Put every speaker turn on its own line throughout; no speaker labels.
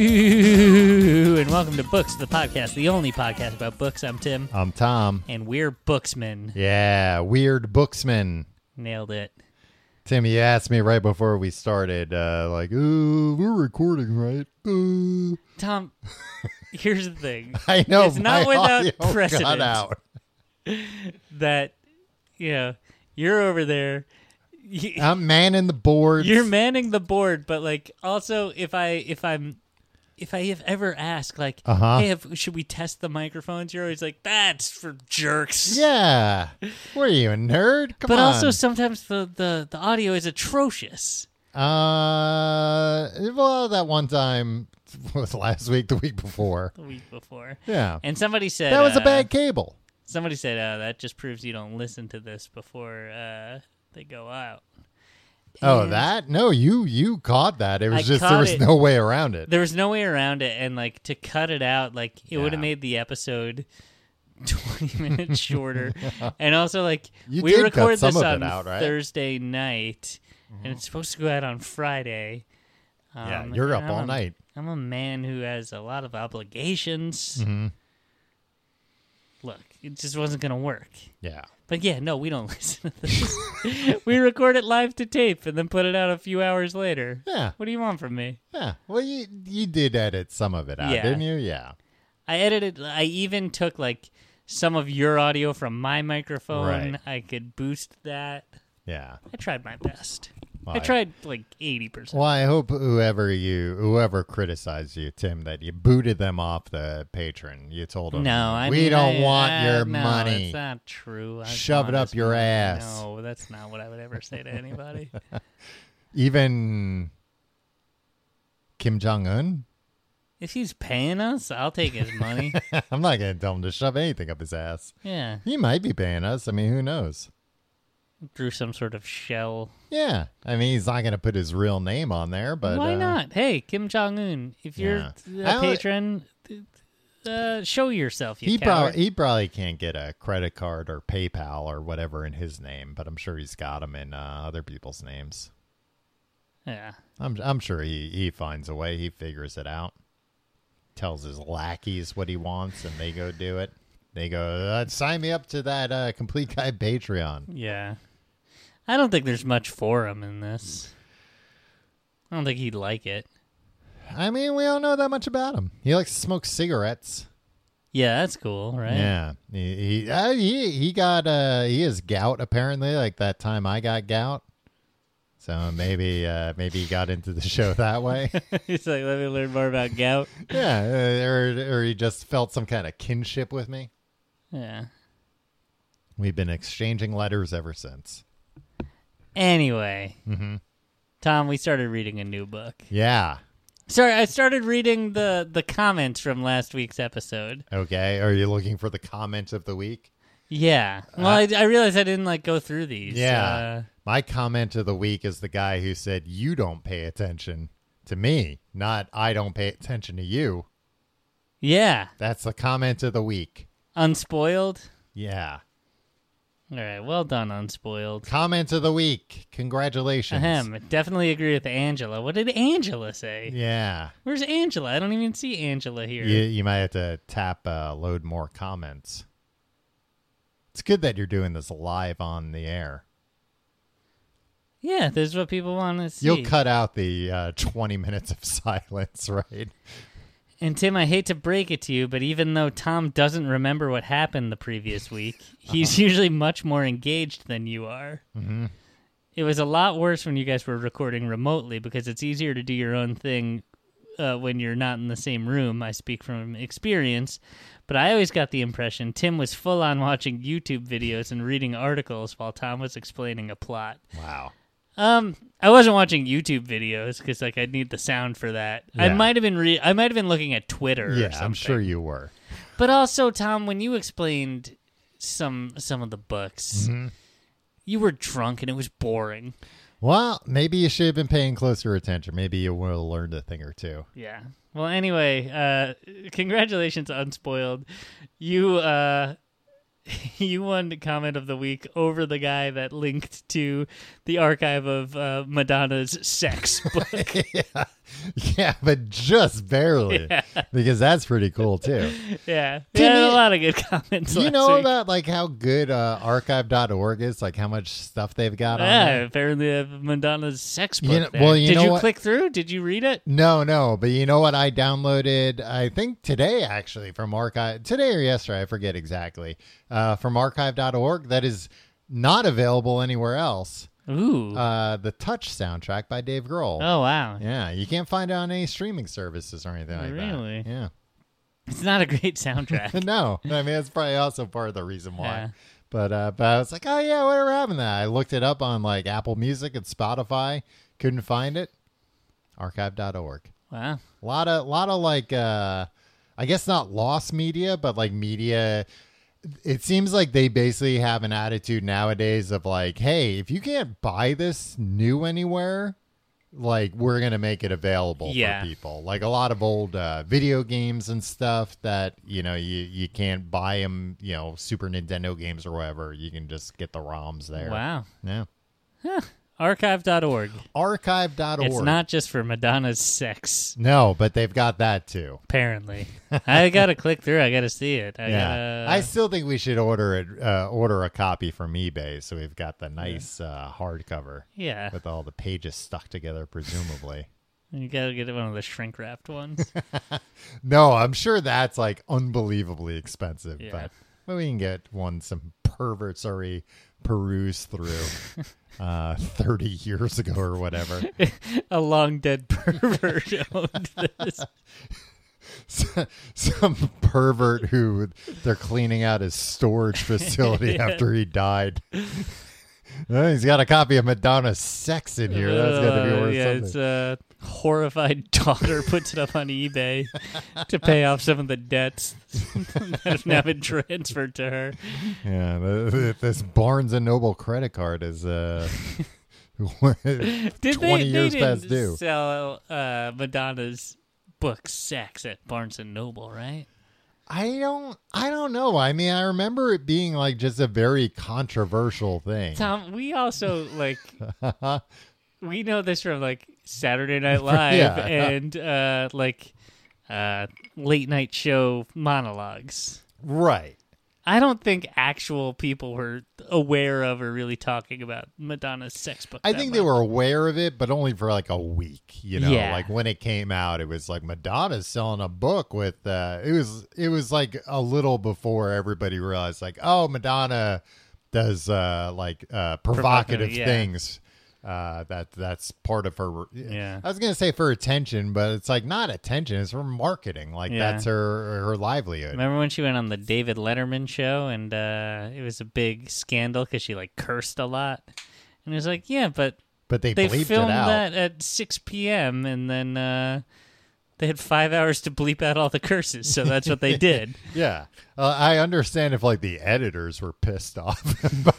Ew, and welcome to Books, the podcast, the only podcast about books. I'm Tim,
I'm Tom.
and we're booksmen.
Yeah, weird booksman.
Nailed it.
Tim, you asked me right before we started, uh, like, "Uh, we're recording, right? Uh.
Tom, here's the thing
I know
It's not
my
without
audio got
precedent.
out.
that, you know, you're over there. You-
I'm manning the boards.
You're manning the board, but like also if I if I'm if I have ever asked like
Uh-huh.
hey if, should we test the microphones, you're always like that's for jerks.
yeah. What are you, a nerd? Come
But
on.
also sometimes the, the the audio is atrocious.
uh, well, that one time was last week, the week before.
The week before.
Yeah,
And somebody said
that was a
uh,
bad cable.
Somebody said uh, that just proves you don't listen to this before uh, they go out.
Oh,
and-
that? No, you you caught that. It was
I
just
caught
there was
it.
no way around it.
There was no way around it, and like to cut it out, like it would have
Yeah.
made the episode twenty minutes shorter. and also, like
You
we
did cut
record
some
this
of it
on
out, right? Mm-hmm.
Thursday night, and it's supposed to go out on Friday.
yeah,
Um,
you're
and
up all
I'm a-
night.
I'm a man who has a lot of obligations.
Mm-hmm.
Look, it just wasn't going to work.
Yeah.
But yeah, no, we don't listen to this. we record it live to tape and then put it out a few hours later.
Yeah.
What do you want from me?
Yeah. Well, you you did edit some of it out,
Yeah.
didn't you? Yeah.
I edited. I even took like some of your audio from my microphone.
Right.
I could boost that.
Yeah.
I tried my best. I
Well,
tried like eighty percent.
Well, I hope whoever you whoever criticized you, Tim, that you booted them off the patron. You told them,
No, I
we
mean,
don't
I-
want
I-
your
no,
money."
It's not true. I
Shove it up
honestly-
your ass.
No, that's not what I would ever say to anybody.
Even Kim Jong Un,
if he's paying us, I'll take his money.
I'm not going to tell him to shove anything up his ass.
yeah,
He might be paying us. I mean, who knows?
through some sort of shell
Yeah, I mean, he's not going to put his real name on there, but
why
uh,
not? Hey, Kim Jong Un, if
Yeah.
you're
I
a
don't-
patron, th- uh, show yourself. You
He
coward.
probably he probably can't get a credit card or PayPal or whatever in his name, but I'm sure he's got them in uh, other people's names.
yeah.
I'm I'm sure he he finds a way. He figures it out. Tells his lackeys what he wants, and they go do it. They go uh, sign me up to that uh, complete guy Patreon.
Yeah. I don't think there's much for him in this. I don't think he'd like it.
I mean, we don't know that much about him. He likes to smoke cigarettes.
Yeah, that's cool, right?
Yeah, he he, uh, he he got uh he has gout apparently. Like that time I got gout, so maybe uh maybe he got into the show that way.
He's like, let me learn more about gout.
yeah, uh, or or he just felt some kind of kinship with me.
Yeah.
We've been exchanging letters ever since.
Anyway, mm-hmm. Tom, we started reading a new book.
Yeah.
Sorry, I started reading the the comments from last week's episode.
Okay. Are you looking for the comment of the week?
Yeah. Well, I, I realized I didn't like go through these.
Uh,
Uh,
Yeah. My comment of the week is the guy who said you don't pay attention to me, not I don't pay attention to you.
Yeah.
That's the comment of the week.
Unspoiled.
Yeah.
All right. Well done, Unspoiled.
Comment of the week. Congratulations.
Ahem. Definitely agree with Angela. What did Angela say?
Yeah.
Where's Angela? I don't even see Angela here.
You, you might have to tap uh, load more comments. It's good that you're doing this live on the air.
Yeah, this is what people want to see.
You'll cut out the uh, 20 minutes of silence, right?
And Tim, I hate to break it to you, but even though Tom doesn't remember what happened the previous week, he's usually much more engaged than you are. Mm-hmm. It was a lot worse when you guys were recording remotely because it's easier to do your own thing uh, when you're not in the same room. I speak from experience, but I always got the impression Tim was full on watching YouTube videos and reading articles while Tom was explaining a plot.
Wow.
Um, I wasn't watching YouTube videos because like I'd need the sound for that. I
Yeah.
might have been re- I might have been looking at Twitter. or
Yeah,
something.
I'm sure you were.
But also, Tom, when you explained some some of the books,
Mm-hmm.
you were drunk and it was boring.
Well, maybe you should have been paying closer attention. Maybe you would have learned a thing or two.
Yeah. Well, anyway, uh, congratulations, Unspoiled. You uh, you won the comment of the week over the guy that linked to the archive of uh, Madonna's sex book.
yeah. Yeah, but just barely. Because that's pretty cool too.
Yeah.
Didn't
yeah, a
you-
lot of good comments.
Do you
last
know
week.
about like how good uh, archive.org is, like how much stuff they've got on
Yeah,
there?
apparently uh, Madonna's sex
You
book.
know-
there.
well, you
Did
know
you
what-
click through? Did you read it?
No, no, but you know what I downloaded I think today actually from archive today or yesterday, I forget exactly. Uh from archive.org that is not available anywhere else.
Ooh.
Uh the Touch soundtrack by Dave Grohl.
oh wow.
Yeah, you can't find it on any streaming services or anything like
Really?
that. Yeah.
It's not a great soundtrack.
no, I mean that's probably also part of the reason why.
Yeah.
But uh, but I was like, oh yeah, whatever happened to that? I looked it up on like Apple Music and Spotify, couldn't find it. Archive.org.
wow.
A lot of lot of like uh, I guess not lost media, but like media. It seems like they basically have an attitude nowadays of like, hey, if you can't buy this new anywhere. Like we're gonna make it available
Yeah.
for people. Like a lot of old uh, video games and stuff that you know you you can't buy them. You know, Super Nintendo games or whatever. You can just get the ROMs there.
Wow.
Yeah.
Archive.org.
Archive.org.
It's not just for Madonna's sex,
No, but they've got that too.
apparently. I gotta click through. I gotta see it. I
Yeah,
gotta.
I still think we should order it. Uh, order a copy from eBay, so we've got the nice uh, hardcover
yeah.
with all the pages stuck together, presumably.
You gotta get one of the shrink wrapped ones.
no, I'm sure that's like unbelievably expensive,
Yeah.
but but we can get one some perverts already peruse through uh, 30 years ago or whatever.
a long dead pervert owned this.
some pervert who they're cleaning out his storage facility after he died. Oh, he's got a copy of Madonna's Sex in here. That's got to be
Uh,
worth
yeah, it's
something.
a horrified daughter puts it up on eBay to pay off some of the debts that have now been transferred to her.
yeah, th- th- this Barnes and Noble credit card is uh, twenty
Did they,
years
they
past
didn't
due.
sell uh, Madonna's book Sex at Barnes and Noble, right?
I don't. I don't know. I mean, I remember it being like just a very controversial thing.
Tom, we also like we know this from like Saturday Night Live
Yeah.
and uh like uh late night show monologues.
right.
I don't think actual people were aware of or really talking about Madonna's sex book.
I
that
think they
much.
were aware of it, but only for like a week. You know,
Yeah.
like when it came out, it was like Madonna's selling a book with. Uh, it was it was like a little before everybody realized, like, oh, Madonna does uh, like uh, provocative
Provocative, yeah.
things. Uh, that that's part of her.
Yeah.
I was gonna say for attention, but it's like not attention. It's for marketing. Like
Yeah.
that's her her livelihood.
Remember when she went on the David Letterman show and uh, it was a big scandal because she like cursed a lot, and it was like, yeah, but
but they,
they
bleeped
filmed
it out.
that at 6 p.m. and then uh, they had five hours to bleep out all the curses, so that's what they did.
Yeah, uh, I understand if like the editors were pissed off,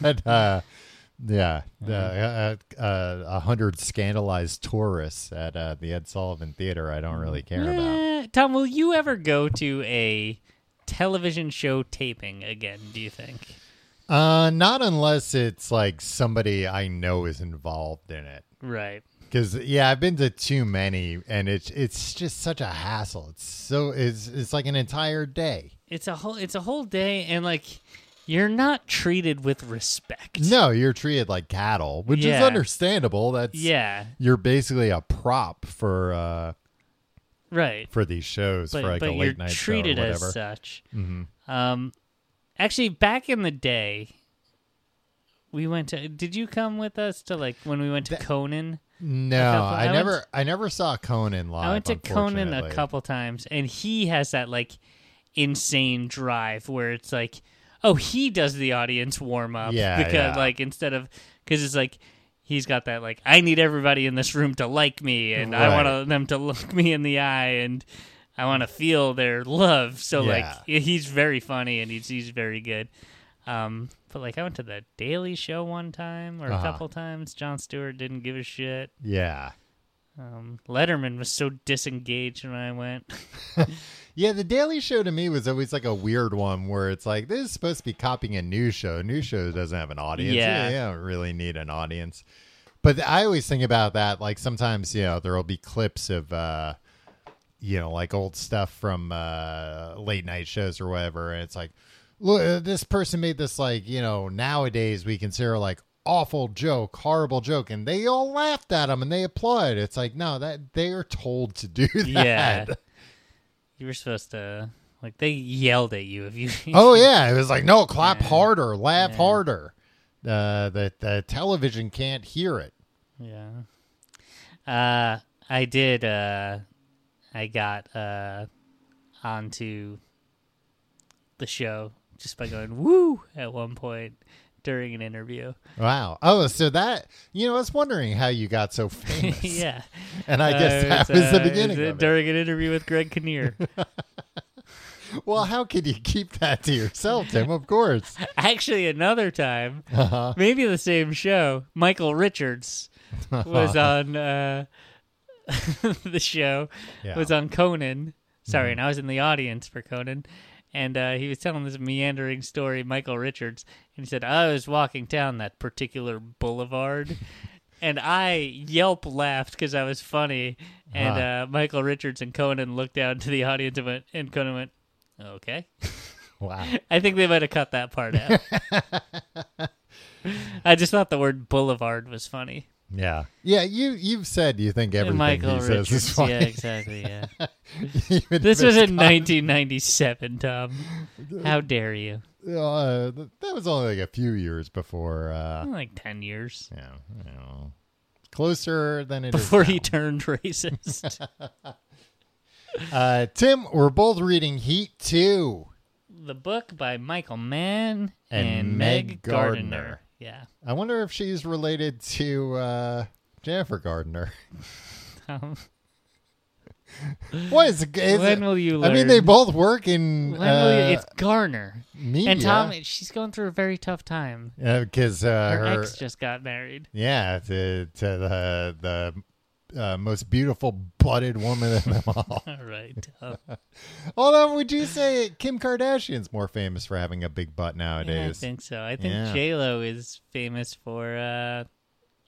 but uh, yeah, the
Mm-hmm.
uh, uh, a hundred scandalized tourists at uh, the Ed Sullivan Theater, I don't really care about.
Eh, Tom, will you ever go to a television show taping again? Do you think?
Uh, not unless it's like somebody I know is involved in it.
Right.
Because yeah, I've been to too many, and it's it's just such a hassle. It's so it's it's like an entire day.
It's a whole. It's a whole day, and like, you're not treated with respect.
No, you're treated like cattle, which is
Yeah.
understandable. That's
Yeah.
you're basically a prop for uh
Right.
for these shows
but,
for like
but
a
you're
late night
treated
show or
as
whatever. Mm-hmm.
such. Um, actually, back in the day, we went to. Did you come with us to like when we went to Conan?
no,
a couple- I
I,
went-
never I never saw Conan live.
I went to Conan a
unfortunately.
couple times, and he has that like insane drive where it's like, oh, he does the audience warm up.
Yeah,
because
yeah.
like instead of because it's like. He's got that like I need everybody in this room to like me, and I
Right.
want them to look me in the eye, and I want to feel their love. So
Yeah.
like he's very funny and he's he's very good. Um, but like I went to the Daily Show one time or a
Uh-huh.
couple times. John Stewart didn't give a shit.
Yeah.
Um, Letterman was so disengaged when I went.
Yeah, the Daily Show to me was always like a weird one where it's like this is supposed to be copying a news show. A news show doesn't have an audience.
Yeah.
you don't really need an audience. But I always think about that. Like sometimes, you know, there will be clips of, uh, you know, like old stuff from uh, late night shows or whatever, and it's like, look, uh, this person made this like, you know, nowadays we consider like awful joke, horrible joke, and they all laughed at them and they applauded. It's like, no, that they are told to do that.
Yeah. You were supposed to like they yelled at you if you.
Oh yeah, it was like no, clap
Yeah.
harder, laugh
Yeah. harder.
harder. Uh, the the television can't hear it.
yeah. Uh, I did. Uh, I got uh, onto the show just by going woo at one point during an interview.
Wow. Oh, so that you know, I was wondering how you got so famous.
yeah.
and I guess
Uh,
that
it's,
was the
uh,
beginning.
it's, uh,
of it.
during an interview with Greg Kinnear.
Well, how could you keep that to yourself, Tim? Of course.
Actually, another time,
Uh-huh.
maybe the same show. Michael Richards was on uh, the show.
Yeah. Mm-hmm.
Was on Conan. Sorry, and I was in the audience for Conan, and uh, he was telling this meandering story. Michael Richards, and he said, "I was walking down that particular boulevard." And I yelp laughed because I was funny, and uh, Michael Richards and Conan looked down to the audience and went, and Conan went, "Okay."
Wow.
I think they might have cut that part out. I just thought the word boulevard was funny.
Yeah. Yeah. You you've said you think everything
Michael
he
Richards.
says is
Yeah,
funny.
exactly. Yeah.
Even if
this
it's
was in
con-
1997, Tom. How dare you?
Uh, th- that was only like a few years before. Uh,
Like 10 years
yeah. You know, closer than it is
before
now.
he turned racist.
Uh, Tim, we're both reading Heat 2.
the book by Michael Mann and,
And
Meg,
Meg
Gardner.
Gardner.
Yeah.
I wonder if she's related to uh, Jennifer Gardner.
Tom,
What is, is
when
it?
will you learn?
I mean, they both work in
When will you,
uh,
it's Garner.
media.
And Tom, she's going through a very tough time.
because uh,
Her,
her,
ex just got married.
yeah, to, to the the uh, most beautiful butted woman of them all.
All right. Oh, Tom.
Although, would you say Kim Kardashian's more famous for having a big butt
Yeah, I
nowadays?
think so. I think
Yeah.
J Lo is famous for uh, her-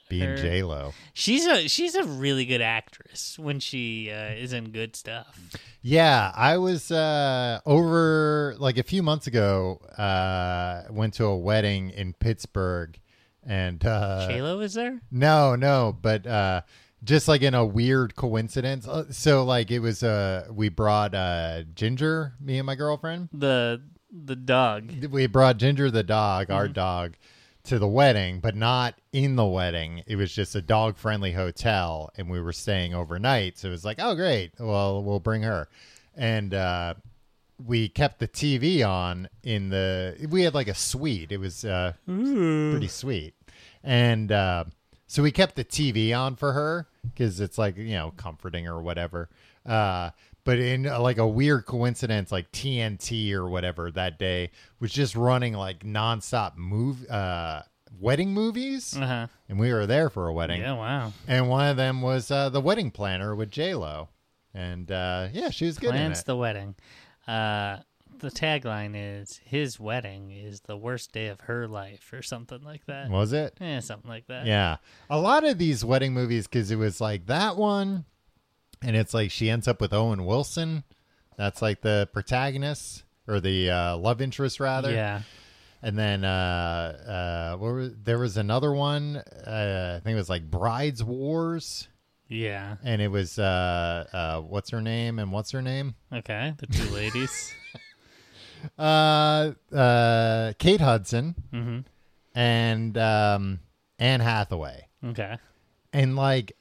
Being J Lo.
she's a she's a really good actress when she uh, is in good stuff.
Yeah, I was uh, over like a few months ago. Uh, went to a wedding in Pittsburgh, and uh,
J Lo is there.
no, no, but uh, just like in a weird coincidence. Uh, so like it was uh, we brought uh, Ginger, me and my girlfriend.
The the dog.
We brought Ginger the dog, our dog, to the wedding, but not in the wedding. It was just a dog friendly hotel, and we were staying overnight. So it was like, oh great, well we'll bring her, and. Uh, we kept the TV on in the. We had like a suite. It was uh, pretty sweet. And uh, so we kept the TV on for her because it's like you know comforting or whatever. Uh, but in uh, like a weird coincidence, like TNT or whatever that day was just running like nonstop move uh, wedding movies,
Uh huh.
and we were there for a wedding.
Yeah. Wow.
And one of them was uh, the wedding planner with J Lo, and uh, yeah, she was good
Plans
in it.
the wedding. Uh, the tagline is his wedding is the worst day of her life or something like that.
was it?
Yeah, something like that.
Yeah. A lot of these wedding movies, because it was like that one, and it's like she ends up with Owen Wilson. That's like the protagonist or the uh, love interest, rather.
Yeah.
And then uh, uh, what were, there was another one. Uh, I think it was like Brides Wars,
Yeah.
and it was uh, uh, what's her name and what's her name?
Okay. The two ladies.
Uh, uh, Kate Hudson
hmm
and um, Anne Hathaway.
Okay.
and like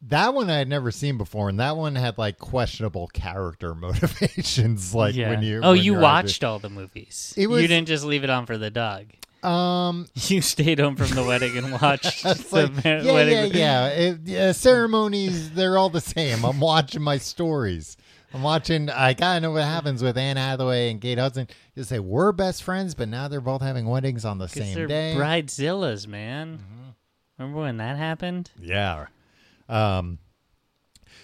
that one I had never seen before, and that one had like questionable character motivations. Like
yeah.
when you,
oh,
when
you
you're
watched all the movies.
It was-
You didn't just leave it on for the dog.
actually- um,
You stayed home from the wedding and watched
it's
the
like
mar-
yeah, yeah,
wedding.
yeah, It- yeah, Ceremonies, they're all the same. I'm watching my stories. I'm watching. I gotta know what happens with Anne Hathaway and Kate Hudson. You say we're best friends, but now they're both having weddings on the
'Cause
same
they're
day. Mm-hmm.
bridezillas, man. Remember when that happened?
Yeah. Um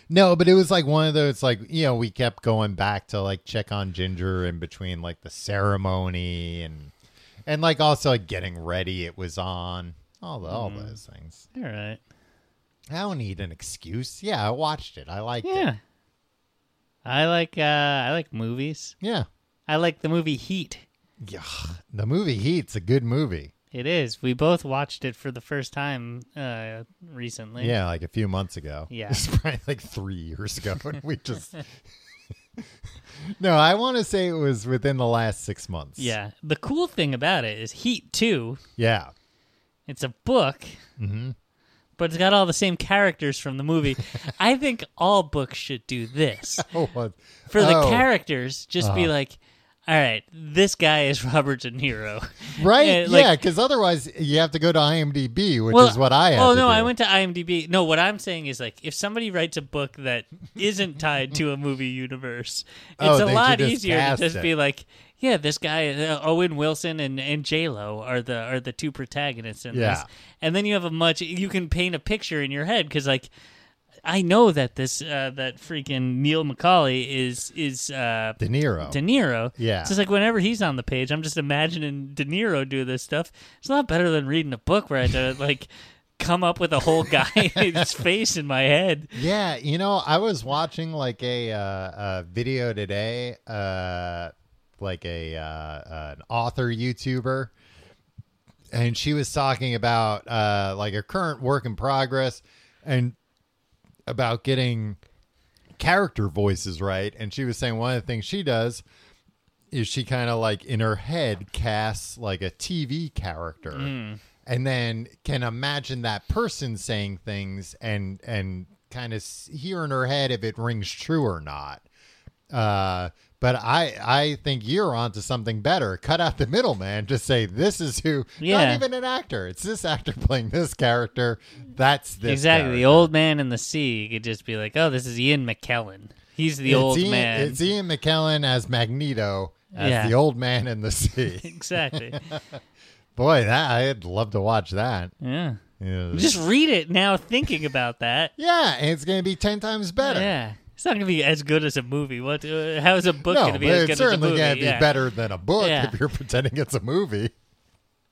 No, but it was like one of those like, you know, we kept going back to like check on Ginger in between like the ceremony and and like also like getting ready it was on. All the, all
Mm-hmm.
those things.
All right.
I don't need an excuse. Yeah, I watched it. I liked it.
Yeah. I like uh I like movies.
Yeah.
I like the movie Heat.
Yeah. The movie Heat's a good movie.
It is. We both watched it for the first time uh recently.
Yeah, like a few months ago.
Yeah.
It's probably like three years ago. And we just. no, I want to say it was within the last six months.
Yeah. The cool thing about it is Heat 2,
Yeah.
it's a book. But it's got all the same characters from the movie. I think all books should do this.
Oh, what?
For the
Oh,
characters, just be like, all right, this guy is Robert De Niro.
Right?
Yeah,
Yeah,
eh, like-
because otherwise you have to go to IMDb, which is what I had
Oh
to
no,
do.
I went to IMDb. No, what I'm saying is like if somebody writes a book that isn't tied to a movie universe, it's
Oh,
a
they
lot
should just
easier to
cast
just
it.
be like, yeah, this guy uh, Owen Wilson and and J Lo are the are the two protagonists in this,
Yeah.
and then you have a much you can paint a picture in your head because like. I know that this uh, that freaking Neil McCauley is is uh,
De Niro.
De Niro.
Yeah.
So it's like whenever he's on the page, I'm just imagining De Niro do this stuff. It's a lot better than reading a book where I had to like come up with a whole guy's face in my head.
Yeah, you know, I was watching like a uh, a video today, uh, like a uh, an author YouTuber, and she was talking about uh, like a current work in progress, and about getting character voices right. And she was saying one of the things she does is she kind of like in her head casts like a TV character
Hmm.
and then can imagine that person saying things and and kind of hear in her head if it rings true or not. Uh, but I I think you're onto something better. Cut out the middleman. Just say this is who.
Yeah.
Not even an actor. It's this actor playing this character. That's this
exactly. The
character.
old man in the sea. You could just be like, oh, this is Ian McKellen. He's the old
Ian,
man.
It's Ian McKellen as Magneto as
Yeah.
the old man in the sea.
exactly.
Boy, that I'd love to watch that.
Yeah.
Yeah,
Just read it now thinking about that.
yeah and it's gonna be ten times better.
Yeah. It's not going to be as good as a movie. What? Uh, how is a book
no,
going to be
but
as
it's
good as a
certainly
movie?
gonna be
Yeah.
better than a book
Yeah.
if you're pretending it's a movie.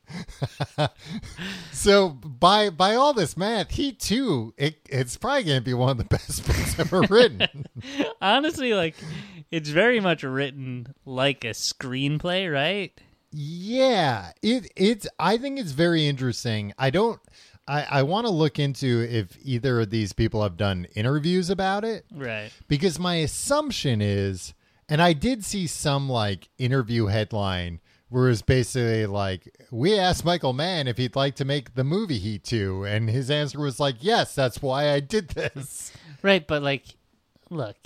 so by by all this math, he too it, it's probably gonna be one of the best books ever written.
honestly like it's very much written like a screenplay right
Yeah, it it's I think it's very interesting. I don't I I want to look into if either of these people have done interviews about it
right
because my assumption is and I did see some like interview headline where it's basically like we asked Michael Mann if he'd like to make the movie Heat 2 and his answer was like yes, that's why I did this.
right but like look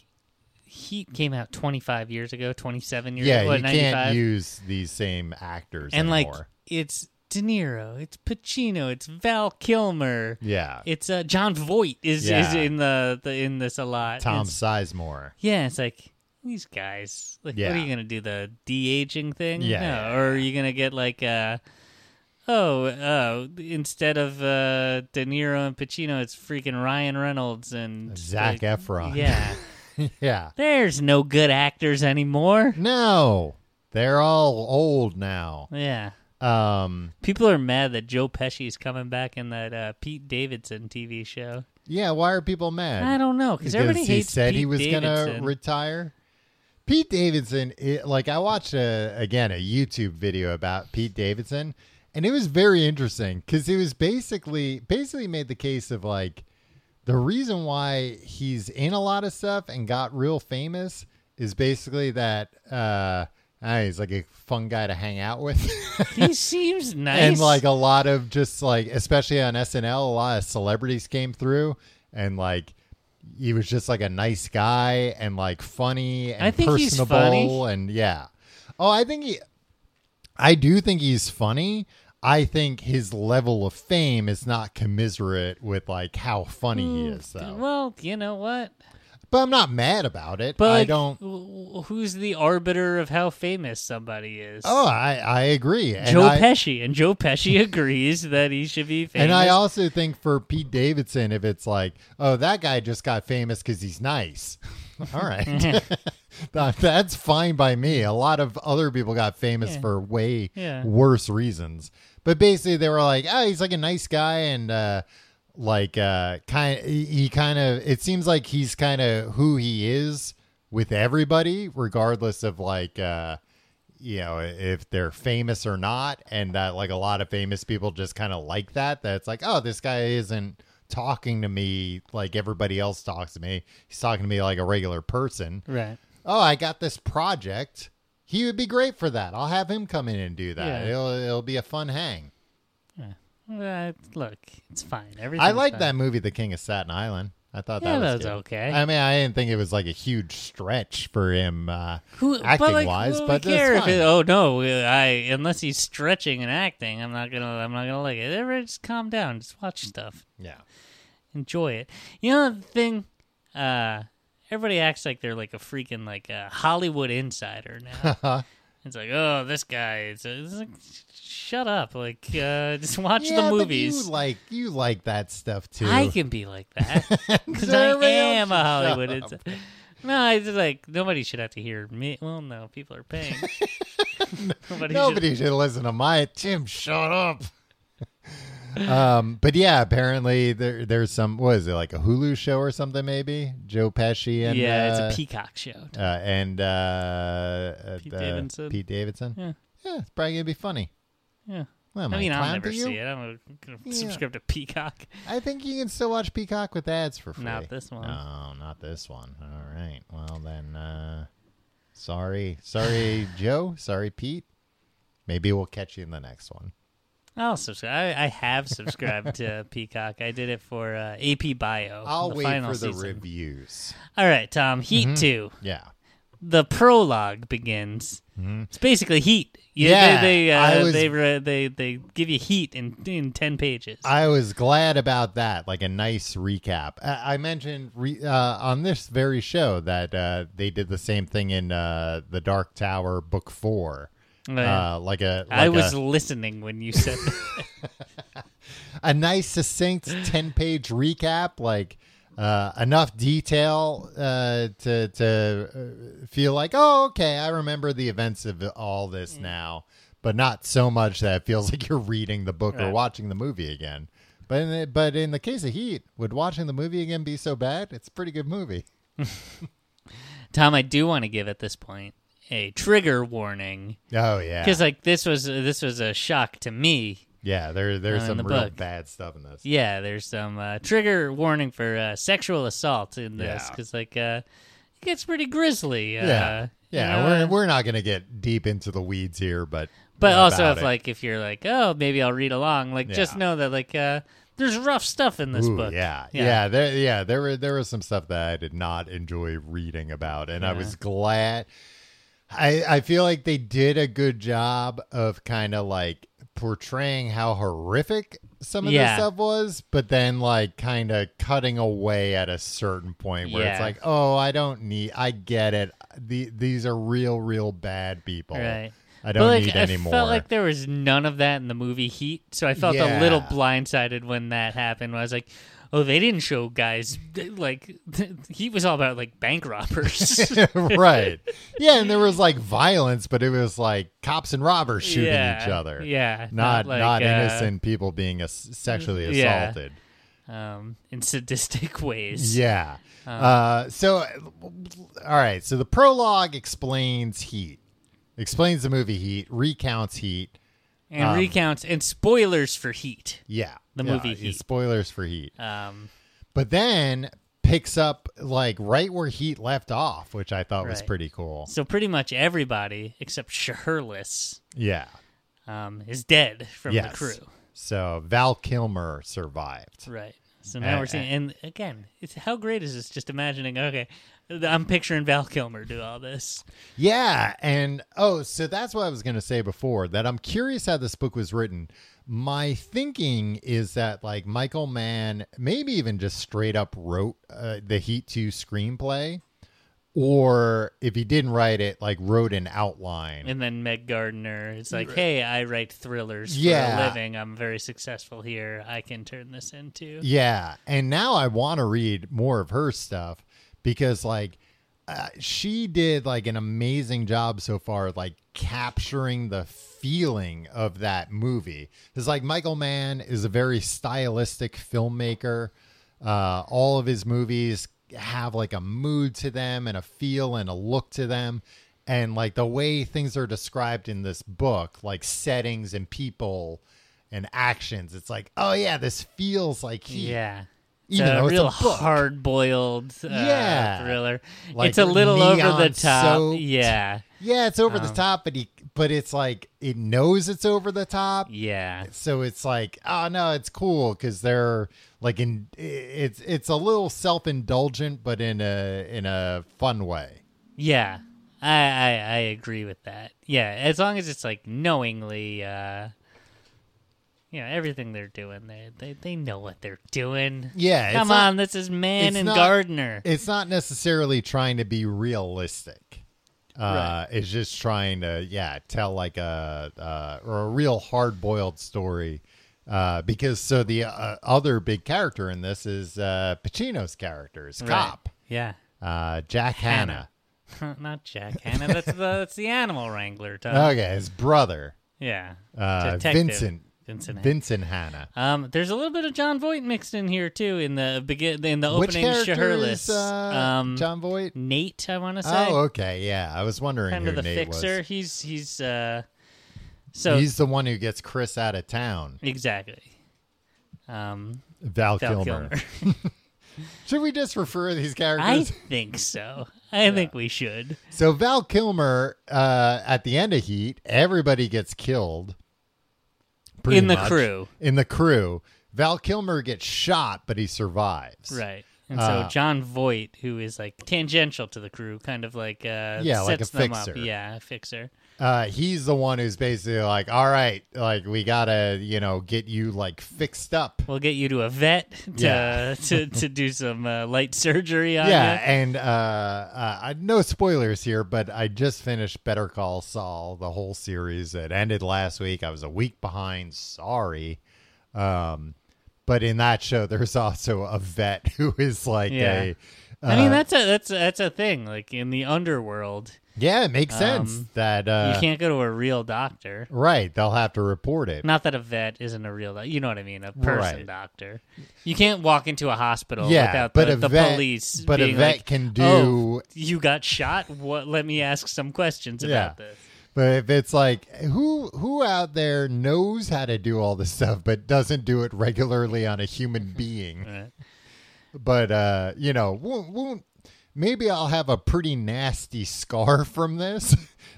heat came out 25 years ago 27 years
yeah,
ago what,
you
95?
can't use these same actors
and like
anymore.
it's de niro it's pacino it's val kilmer
yeah,
it's uh, john voight is,
Yeah.
is in the, the in this a lot
Tom
It's-
Sizemore.
yeah it's like these guys like what
Yeah.
are you gonna do the de-aging thing
Yeah,
No,
yeah,
or are you gonna get like uh oh uh instead of uh de niro and pacino it's freaking ryan reynolds and
Zach
like,
Efron.
yeah
yeah.
there's no good actors anymore
No, they're all old now.
yeah
Um,
people are mad that joe pesci's coming back in that uh pete davidson tv show
yeah, why are people mad?
i don't know because everybody
he
hates
said
pete
he was
davidson.
gonna retire. Pete Davidson, it, like I watched a, again a YouTube video about Pete Davidson, and it was very interesting because it was basically basically made the case of like the reason why he's in a lot of stuff and got real famous is basically that uh, I don't know, he's like a fun guy to hang out with.
he seems nice
and like a lot of just like especially on SNL, a lot of celebrities came through and like he was just like a nice guy and like funny and
I think he's
personable
funny.
and yeah. Oh, I think he I do think he's funny. I think his level of fame is not commiserate with like how funny he
Mm.
is though.
well you know what
But I'm not mad about it.
But
I
like,
don't
wh- wh- Who's the arbiter of how famous somebody is?
Oh, I I agree. And
Joe
I-
Pesci, and Joe Pesci agrees that he should be famous.
And I also think for Pete Davidson, if it's like, oh, that guy just got famous because he's nice. All right. That- That's fine by me. A lot of other people got famous
Yeah.
for way
Yeah.
worse reasons. But basically, they were like, "Oh, he's like a nice guy," and uh, like uh, kind he, he kind of it seems like he's kind of who he is with everybody, regardless of like uh, you know if they're famous or not, and that like a lot of famous people just kind of like that. That it's like, oh, this guy isn't talking to me like everybody else talks to me. He's talking to me like a regular person
Right.
oh, I got this project. He would be great for that. I'll have him come in and do that.
Yeah.
It'll it'll be a fun hang.
Uh, look, it's fine. Everything.
I like that movie, The King of Staten Island. I thought
Yeah,
that was,
that was
good.
okay.
I mean, I didn't think it was like a huge stretch for him uh,
Who,
acting
but like,
wise,
who would
but
care
that's
if
fine.
it- oh no, I unless he's stretching and acting, I'm not gonna. I'm not gonna like it. Everybody just calm down. Just watch stuff.
yeah,
Enjoy it. You know the thing. Uh, everybody acts like they're like a freaking like a Hollywood insider
Uh-huh.
now. it's like, oh, this guy. It's, it's like, shut up. Like, uh, just watch
Yeah,
the
but
movies.
you like you like that stuff too.
I can be like that. Because I
Everybody
am a
else
Hollywood.
is-
It's, no, it's just like nobody should have to hear me. Well, no, people are paying. nobody.
Nobody should listen to my Tim. Shut up. um, but yeah, apparently there there's some. What is it like a Hulu show or something? Maybe Joe Pesci
Should,
and
yeah,
uh,
it's a peacock show.
uh, and uh, uh,
Pete
uh,
Davidson.
Pete Davidson.
Yeah.
Yeah, it's probably gonna be funny.
Yeah.
Well,
I mean, I'll
clown
never
to you?
see it. I'm going to
Yeah.
subscribe to Peacock.
I think you can still watch Peacock with ads for free.
Not this one.
No, not this one. All right. Well then, uh, sorry, sorry, Joe. Sorry, Pete. Maybe we'll catch you in the next one.
I'll subscribe. I, I have subscribed to Peacock. I did it for uh, AP Bio.
I'll
the
wait
final
for the Mm-hmm.
season.
reviews.
All right, Tom. Heat 2.
Yeah.
the prologue begins. It's basically heat. Yeah,
Mm-hmm. Yeah,
they they,
I
uh,
was-
they re- they they give you heat in in ten pages.
I was glad about that. Like a nice recap. I, I mentioned re- uh, on this very show that uh, they did the same thing in uh, the Dark Tower Book Four.
Oh, yeah.
Uh, like a
I
like
was
a,
listening when you said that.
a nice succinct ten page recap. Like uh, enough detail uh, to to uh, feel like oh okay I remember the events of all this now, but not so much that it feels like you're reading the book or
Right.
watching the movie again. But in the, but in the case of Heat, would watching the movie again be so bad? It's a pretty good movie.
Tom. I do want to give at this point a trigger warning
Oh yeah,
because like this was this was a shock to me.
yeah. There there's
Uh, in
some
the
real
book.
bad stuff in this.
Yeah, there's some uh, trigger warning for uh, sexual assault in this
Yeah.
because like uh, it gets pretty grisly. Uh,
Yeah.
you
Yeah,
know,
we're
uh,
we're not gonna get deep into the weeds here, but
But also,
about
if
it.
like if you're like, oh, maybe I'll read along. Like, just
Yeah.
know that like uh, there's rough stuff in this
Ooh,
book.
Yeah, yeah,
Yeah.
There, yeah, there were there was some stuff that I did not enjoy reading about, and I
Yeah.
was glad. I I feel like they did a good job of kind of like portraying how horrific some of
Yeah.
this stuff was, but then like kind of cutting away at a certain point where it's
Yeah.
like, oh, I don't need, I get it. The, these are real, real bad people.
Right.
I
But
don't
like,
need
I
any more.
felt like there was none of that in the movie Heat, so I felt
Yeah.
a little blindsided when that happened. When I was like, oh, they didn't show guys like Heat was all about like bank robbers.
right. Yeah, and there was like violence, but it was like cops and robbers shooting
yeah.
each other.
Yeah.
Not not,
like, uh,
innocent people being ass- sexually
Yeah.
assaulted.
um, in sadistic ways.
Yeah.
Uh-huh.
Uh, so all right, so the prologue explains heat. Explains the movie Heat, recounts Heat.
And
um,
recounts and spoilers for Heat.
Yeah.
The
Yeah,
movie Heat.
Spoilers for Heat.
Um,
But then picks up like right where Heat left off, which I thought was
Right.
pretty cool.
so pretty much everybody except Shirtless
Yeah.
um, is dead from
yes.
the crew.
So Val Kilmer survived.
Right. So now
Uh,
we're seeing, and again, it's how great is this? Just imagining. Okay, I'm picturing Val Kilmer do all this.
Yeah, and oh, so that's what I was going to say before that I'm curious how this book was written. My thinking is that like Michael Mann maybe even just straight up wrote uh, the Heat 2 screenplay or if he didn't write it like wrote an outline.
And then Meg Gardner is like, "Hey, I write thrillers for
Yeah.
a living. I'm very successful here. I can turn this into."
yeah, and now I want to read more of her stuff because like uh, she did like an amazing job so far, like capturing the feeling of that movie. Because like Michael Mann is a very stylistic filmmaker. Uh, all of his movies have like a mood to them and a feel and a look to them. And like the way things are described in this book, like settings and people and actions, it's like, oh yeah, this feels like he
Yeah. It's
Even
a
though it's a
real
book.
hard-boiled uh,
Yeah.
thriller.
Like
it's a little over the
neon
top.
soaked.
Yeah,
Yeah, it's over the
Um,
top, but he but it's like it knows it's over the top.
yeah,
So it's like, oh no, it's cool because they're like in it's it's a little self indulgent, but in a in a fun way.
yeah. I, I I agree with that. Yeah, as long as it's like knowingly, uh, you know, everything they're doing, they they they know what they're doing.
Yeah, it's
Come
not-
on, this is Man
it's
and
not-
Gardener.
It's not necessarily trying to be realistic. Uh,
Right.
It's just trying to yeah tell like a uh, or a real hard boiled story. Uh, because so the uh, other big character in this is uh, Pacino's character is
Right.
cop.
Yeah.
Uh, Jack Hanna.
Not Jack Hanna. That's the that's the animal wrangler. Tom.
Okay, his brother,
yeah.
uh,
Detective
Vincent.
Vincent. Hanna.
Vincent Hanna.
Um, there's a little bit of John Voight mixed in here too in the begin in the
Which
Uh, opening.
character
Shirless,
is uh,
um,
John Voight?
Nate, I want to say,
Oh, okay, yeah. I was wondering
kind
who
of the
Nate
fixer.
was.
He's he's uh, so
He's the one who gets Chris out of town.
exactly. Um,
Val,
Val
Kilmer.
Kilmer.
Should we just refer to
I
these characters?
think so. I think we should.
So Val Kilmer, uh, at the end of Heat, everybody gets killed. pretty
In the
much.
crew.
In the crew, Val Kilmer gets shot, but he survives.
Right. And
Uh,
so John Voight, who is like tangential to the crew, kind of like uh,
Yeah, like
sets
a
them up.
fixer.
Yeah, a fixer.
uh, he's the one who's basically like, all right, like we gotta, you know, get you like fixed up.
We'll get you to a vet to
Yeah.
to, to do some uh, light surgery on
yeah,
you.
and uh, uh, I- no spoilers here, but I just finished Better Call Saul, the whole series that ended last week. I was a week behind. Sorry. Um, but in that show, there's also a vet who is like
Yeah.
a.
I mean,
uh,
that's a that's a, that's a thing. Like in the underworld,
yeah, it makes sense
Um,
that uh,
you can't go to a real doctor.
right. They'll have to report it.
Not that a vet isn't a real, doc- you know what I mean, a person
Right.
doctor. You can't walk into a hospital
Yeah,
without
but
the,
a
the
vet-
police.
but a
being
vet
like,
can
"Oh,
do-
you got shot. What? Let me ask some questions about
Yeah.
this.
But if it's like who who out there knows how to do all this stuff but doesn't do it regularly on a human being,
Right.
but uh, you know, won't, won't maybe I'll have a pretty nasty scar from this,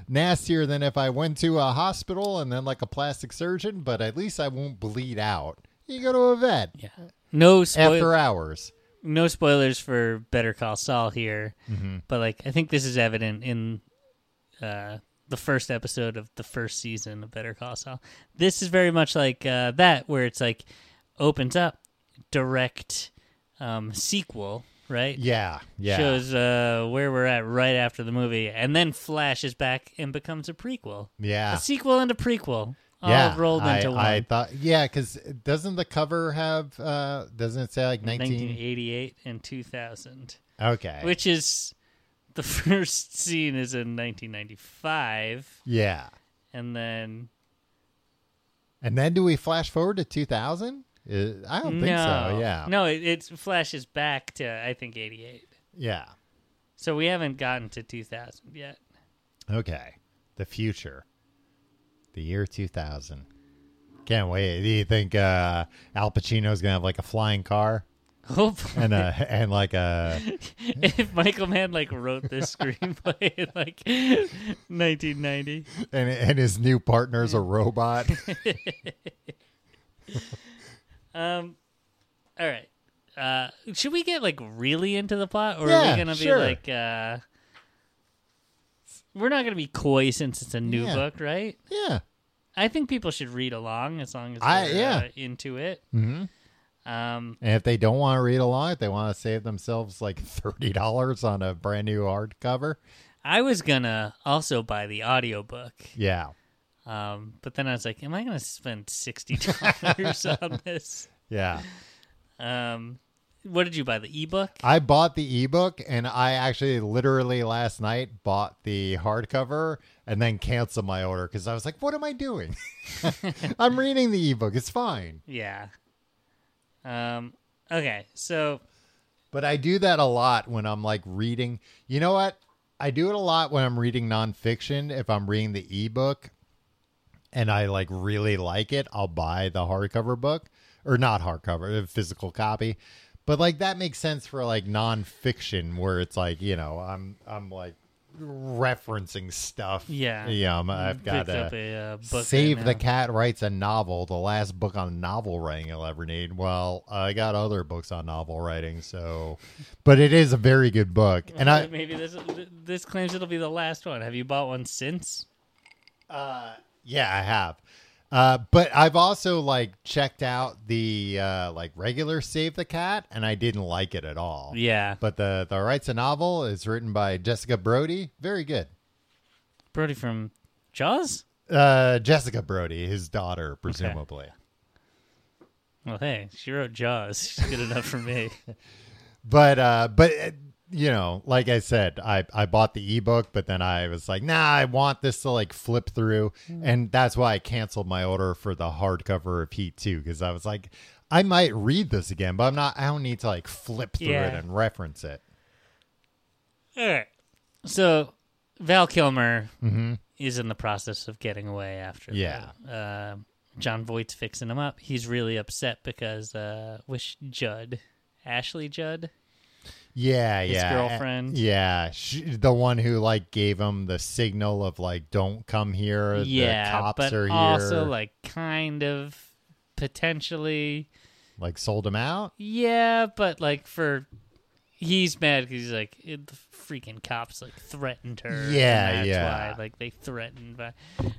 nastier than if I went to a hospital and then like a plastic surgeon. But at least I won't bleed out. You go to a vet
Yeah. No
after
spoil-
hours.
no spoilers for Better Call Saul here,
Mm-hmm.
but like I think this is evident in uh, the first episode of the first season of Better Call Saul. This is very much like uh, that, where it's like opens up direct um, sequel, right?
Yeah, yeah.
Shows uh, where we're at right after the movie, and then flashes back and becomes a prequel,
yeah.
a sequel and a prequel, all
yeah,
rolled
I,
into
I
one.
thought, yeah, because doesn't the cover have? uh Doesn't it say like 19?
1988 and 2000.
Okay,
which is the first scene is in 1995
yeah.
and then
And then do we flash forward to 2000? Uh, I don't think
no
so. Yeah.
no it, it flashes back to i think 88
Yeah.
so we haven't gotten to 2000 yet
Okay. The future. The year 2000. Can't wait. Do you think uh, Al Pacino's going to have like a flying car
hopefully
and a, and like a
if michael mann like wrote this screenplay in like 1990
and and his new partner's a robot?
um all right uh should we get like really into the plot or are
Yeah,
we gonna be
sure.
like uh we're not gonna be coy since it's a new
Yeah.
book right
yeah.
I think people should read along as long as they're
I- yeah.
uh, into it.
Mhm.
Um,
And if they don't want to read along, if they want to save themselves like $30 on a brand new hardcover,
I was gonna also buy the audiobook,
yeah.
um, but then I was like, "Am I gonna spend sixty dollars on this?"
Yeah.
Um, What did you buy? The ebook?
I bought the ebook and I actually literally last night bought the hardcover and then canceled my order because I was like, what am I doing? I'm reading the ebook. It's fine.
Yeah. Um. Okay. So
But I do that a lot when I'm like reading. You know what? I do it a lot when I'm reading nonfiction. If I'm reading the ebook and I like really like it, I'll buy the hardcover book or not hardcover, a physical copy. But like that makes sense for like nonfiction where it's like, you know, I'm I'm like referencing stuff.
Yeah.
Yeah, I'm, I've got
picked up
to
a uh, book. right
Save the
now.
Cat writes a novel, the last book on novel writing you'll ever need. Well, I got other books on novel writing, so but it is a very good book. And I
maybe this this claims it'll be the last one. Have you bought one since?
Yeah, I have. Uh, but I've also like checked out the uh, like regular Save the Cat, and I didn't like it at all.
Yeah,
But the the writes a novel is written by Jessica Brody. Very good.
Brody from Jaws.
Uh, Jessica Brody, his daughter, presumably.
Well, hey, she wrote Jaws. She's good enough for me.
But uh, but uh, you know, like I said, I I bought the ebook, but then I was like, nah, I want this to like flip through,
Hmm.
and that's why I canceled my order for the hardcover of Heat Two because I was like, I might read this again, but I'm not. I don't need to like flip through it
Yeah.
and reference it.
All right. So Val Kilmer is in the process of getting away after.
Mm-hmm. Yeah.
that. Uh, John Voight's fixing him up. He's really upset because uh, wish Judd, Ashley Judd.
Yeah, yeah.
girlfriend.
Yeah, she, the one who like gave him the signal of like, don't come here.
yeah,
the cops
but
are here.
also like kind of potentially.
like sold him out.
Yeah, but like for he's mad because he's like it, the freaking cops like threatened her. and
Yeah,
that's
yeah.
Why, like they threatened, but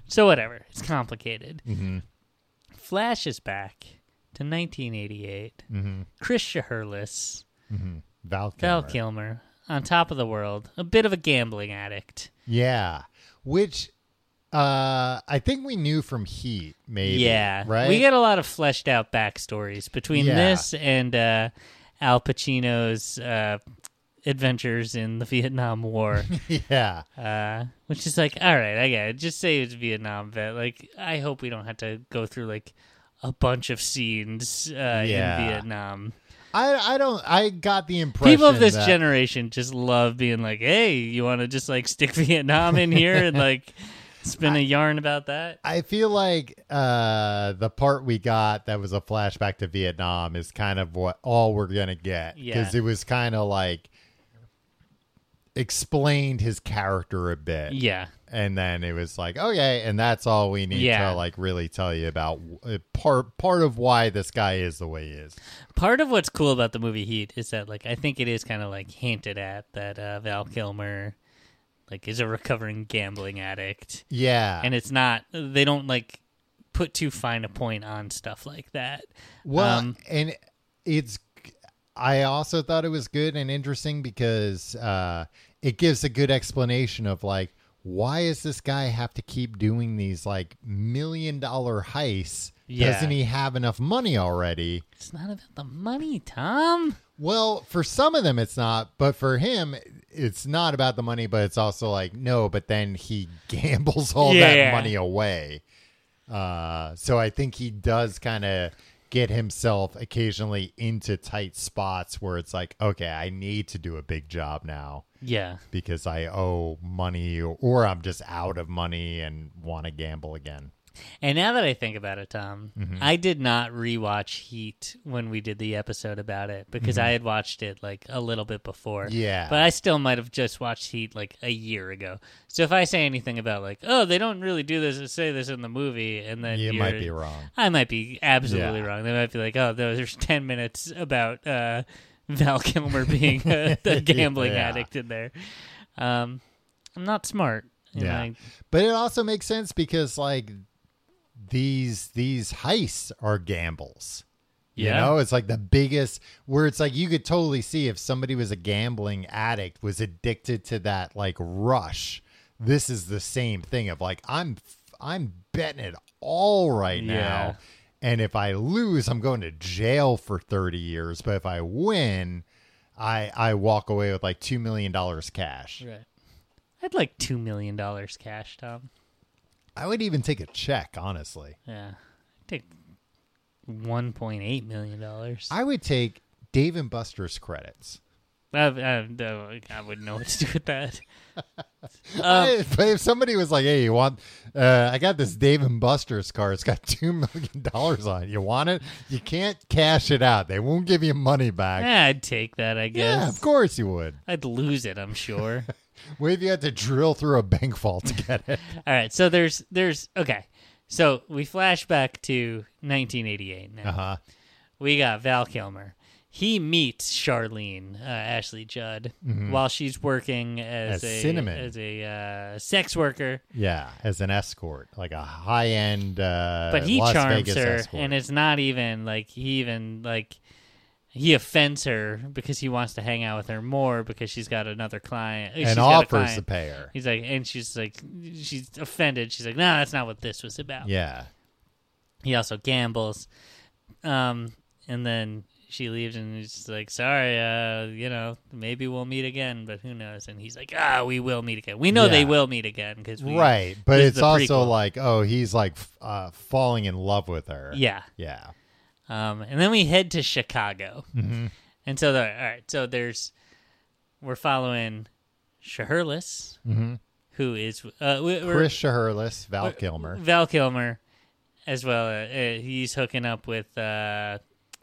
so whatever. It's complicated.
Mm-hmm.
Flash is back to 1988. Mm-hmm. Chris Shaherless,
Val Kilmer.
Val Kilmer, on top of the world, a bit of a gambling addict.
Yeah, which uh I think we knew from Heat, maybe.
yeah,
right.
We get a lot of fleshed out backstories between
Yeah.
this and uh, Al Pacino's uh, adventures in the Vietnam War.
yeah,
Uh, which is like, all right, I get it. Just say it's Vietnam vet. Like, I hope we don't have to go through like a bunch of scenes uh,
Yeah.
in Vietnam.
I I don't I got the impression
People of this
that-
generation just love being like, hey, you want to just like stick Vietnam in here and like spin a yarn about that?
I feel like uh, the part we got that was a flashback to Vietnam is kind of what all we're gonna get because
Yeah.
it was kind of like explained his character a bit,
Yeah,
and then it was like okay, and that's all we need
Yeah.
to like really tell you about uh, part part of why this guy is the way he is.
part of what's cool about the movie Heat is that like I think it is kind of like hinted at that uh, Val Kilmer like is a recovering gambling addict.
Yeah,
and it's not they don't like put too fine a point on stuff like that
Well,
Um,
and it's. I also thought it was good and interesting because uh, it gives a good explanation of like why does this guy have to keep doing these like million dollar heists?
Yeah.
Doesn't he have enough money already?
it's not about the money tom
Well, for some of them it's not, but for him it's not about the money, but it's also like no, but then he gambles all that
Yeah.
money away. Uh, so I think he does kind of get himself occasionally into tight spots where it's like, okay, I need to do a big job now
yeah
because I owe money or I'm just out of money and want to gamble again.
and now that i think about it tom
Mm-hmm.
i did not rewatch heat when we did the episode about it because i had watched it like a little bit before
Mm-hmm. Yeah.
but i still might have just watched heat like a year ago so if i say anything about like oh they don't really do this or say this in the movie and then
you
you're-
might be wrong.
I might be absolutely
Yeah.
wrong. They might be like, oh, there- there's 10 minutes about uh, Val Kilmer being a, a gambling
Yeah.
addict in there. Um, I'm not smart. and
Yeah.
I-
But it also makes sense because like these these heists are gambles. You
Yeah.
know, it's like the biggest where it's like you could totally see if somebody was a gambling addict was addicted to that like rush. This is the same thing of like I'm I'm betting it all right
Yeah.
now. And if I lose, I'm going to jail for 30 years. But if I win, I I walk away with like two million dollars cash.
Right. I'd like two million dollars cash, Tom.
I would even take a check, honestly.
Yeah. I'd take one point eight million dollars. I,
I would take Dave and Buster's credits.
I, I, I wouldn't know what to do with that. Um,
I- but if somebody was like, "Hey, you want? Uh, I got this Dave and Buster's car. It's got two million dollars on it. You want it? You can't cash it out. They won't give you money back."
Yeah, I'd take that, I guess.
Yeah, of course you would.
I'd lose it, I'm sure.
What if you had to drill through a bank vault to get it?
All right, so there's there's okay. So we flash back to 1988 now.
Uh huh.
We got Val Kilmer. He meets Charlene uh, Ashley Judd while she's working as,
Mm-hmm. As
a
Cinnamon.
as a uh, sex worker,
Yeah, as an escort, like a high end. Uh,
but he
Las
charms
Vegas
her,
escort.
and it's not even like he even like he offends her because he wants to hang out with her more because she's got another client. she's
and
got a
offers to
client.
pay her.
He's like, and she's like, she's offended. She's like, no, that's not what this was about.
Yeah,
he also gambles um and then she leaves and he's like sorry uh you know maybe we'll meet again but who knows and he's like ah we will meet again we know they
Yeah.
will meet again because
right. But
this is
it's
the
also
prequel.
like, oh, he's like f- uh, falling in love with her.
yeah
yeah.
um and then we head to chicago
Mm-hmm.
and so the, all right so there's we're following Shaherlis, who is uh we- we're,
Mm-hmm. Chris Shaherlis, Val Kilmer,
val kilmer as well uh, uh, he's hooking up with uh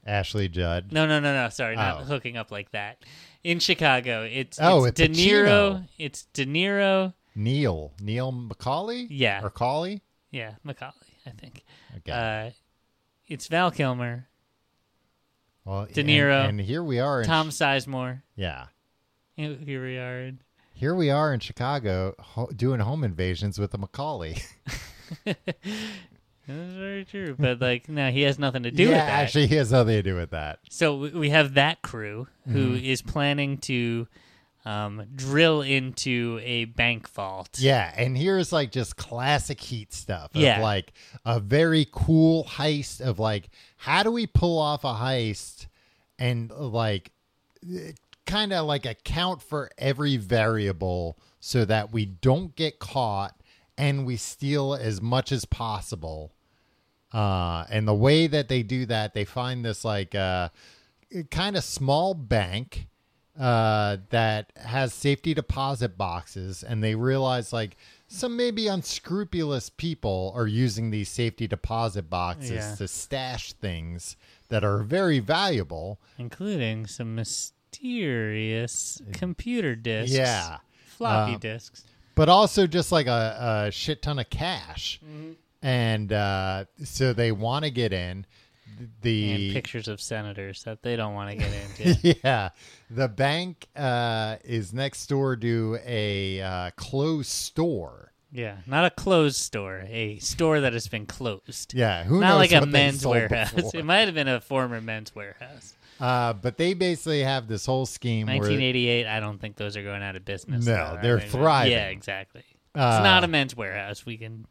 Ashley Judd.
No, no, no, no. Sorry, not
Oh.
hooking up like that. In Chicago, it's,
Oh,
it's De
with
Niro.
Pacino.
It's De Niro.
Neil. Neil McCauley?
Yeah.
Or Cauley?
Yeah, Macaulay, I think.
Okay.
Uh, it's Val Kilmer,
well,
De
and-
Niro.
And, here we are in
Tom Sizemore.
Yeah.
Here we are. in-
Here we are in Chicago ho- doing home invasions with the Macaulay.
That's very true. But like, no, he has nothing to do
yeah,
with that.
actually he has nothing to do with that.
So we- we have that crew who is
Mm-hmm.
planning to um, drill into a bank vault.
Yeah, and here's like just classic heat stuff. Of
Yeah.
Like a very cool heist of like, how do we pull off a heist and like kind of like account for every variable so that we don't get caught and we steal as much as possible. Uh, and the way that they do that, they find this like uh, kind of small bank uh, that has safety deposit boxes, and they realize like some maybe unscrupulous people are using these safety deposit boxes
Yeah.
to stash things that are very valuable.
Including some mysterious computer disks.
Uh, Yeah.
Floppy
Um,
disks.
but also just like a, a shit ton of cash.
Mm-hmm.
And uh, so they want to get in.
and
The
pictures of senators that they don't want to get into.
yeah, the bank uh, is next door to a uh, closed store.
yeah, not a closed store, a store that has been closed.
Yeah, who
not
knows
like a
what they
men's
sold
warehouse.
before.
It might have been a former men's warehouse.
Uh, but they basically have this whole scheme where
1988. I don't think those are going out of business.
No,
though. I
they're
think-
thriving.
Yeah, exactly.
Uh,
it's not a men's warehouse. We can.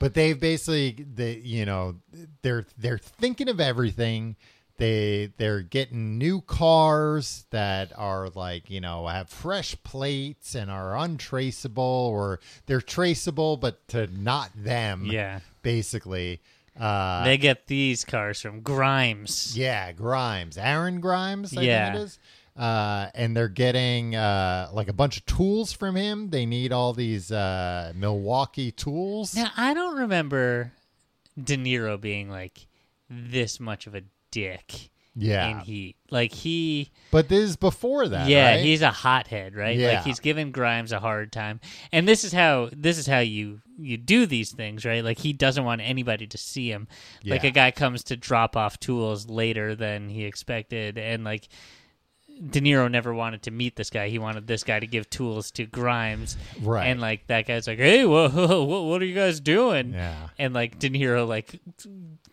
but they've basically they you know they're they're thinking of everything they they're getting new cars that are like you know have fresh plates and are untraceable or they're traceable but to not them
Yeah,
basically Mm. uh
they get these cars from Grimes.
yeah grimes aaron grimes I
Yeah.
think it is uh, and they're getting uh, like a bunch of tools from him. They need all these uh, Milwaukee tools.
Now I don't remember De Niro being like this much of a dick
yeah.
in Heat. Like he.
But this is before that.
yeah,
right?
he's a hothead, right? Like
Yeah.
he's giving Grimes a hard time. And this is how this is how you you do these things, right? Like he doesn't want anybody to see him. Like
Yeah.
a guy comes to drop off tools later than he expected and like De Niro never wanted to meet this guy. He wanted this guy to give tools to Grimes.
Right.
And like that guy's like, "Hey, whoa, whoa, whoa what are you guys doing?"
Yeah.
and like De Niro like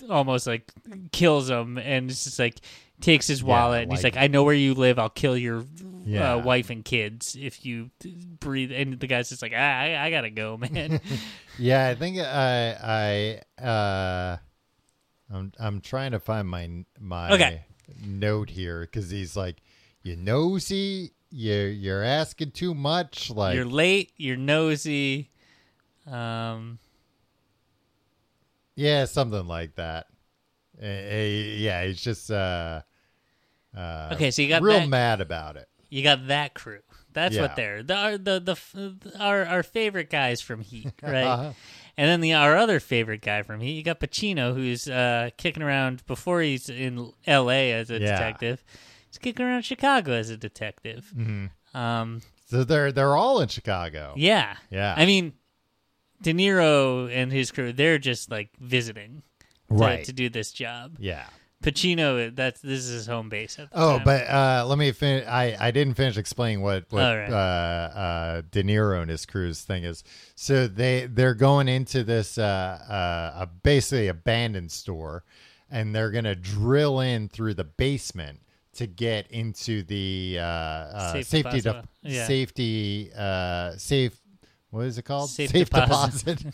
almost like kills him and it's just like takes his wallet and he's
like-
like I know where you live I'll kill your
Yeah.
uh, wife and kids if you breathe and the guy's just like "Ah, I I, I gotta go man
Yeah, I think I I uh I'm I'm trying to find my my
Okay.
note here because he's like, you nosy, you you're asking too much. Like
you're late. You're nosy. Um,
yeah, something like that. Eh, eh, yeah, he's just uh, uh,
Okay, so you got
real
that-
mad about it.
you got that crew. That's
Yeah.
what they're the our, the the f- our our favorite guys from Heat, right?
Uh-huh.
And then the our other favorite guy from Heat, you got Pacino, who's uh, kicking around before he's in L.A. as a
Yeah.
detective. He's kicking around Chicago as a detective.
Mm-hmm.
Um,
So they're they're all in Chicago.
yeah,
Yeah.
I mean, De Niro and his crew—they're just like visiting, to,
Right.
to do this job.
yeah.
Pacino, that's this is his home base. At the
Oh,
time.
but uh, let me finish. I, I didn't finish explaining what what
All right.
uh, uh, De Niro and his crew's thing is. So they they're going into this uh, uh, a basically abandoned store, and they're gonna drill in through the basement to get into the uh, uh,
Safe
safety
deposit.
def-
Yeah.
safety uh, safe. What is it called?
Safe deposit.
deposit.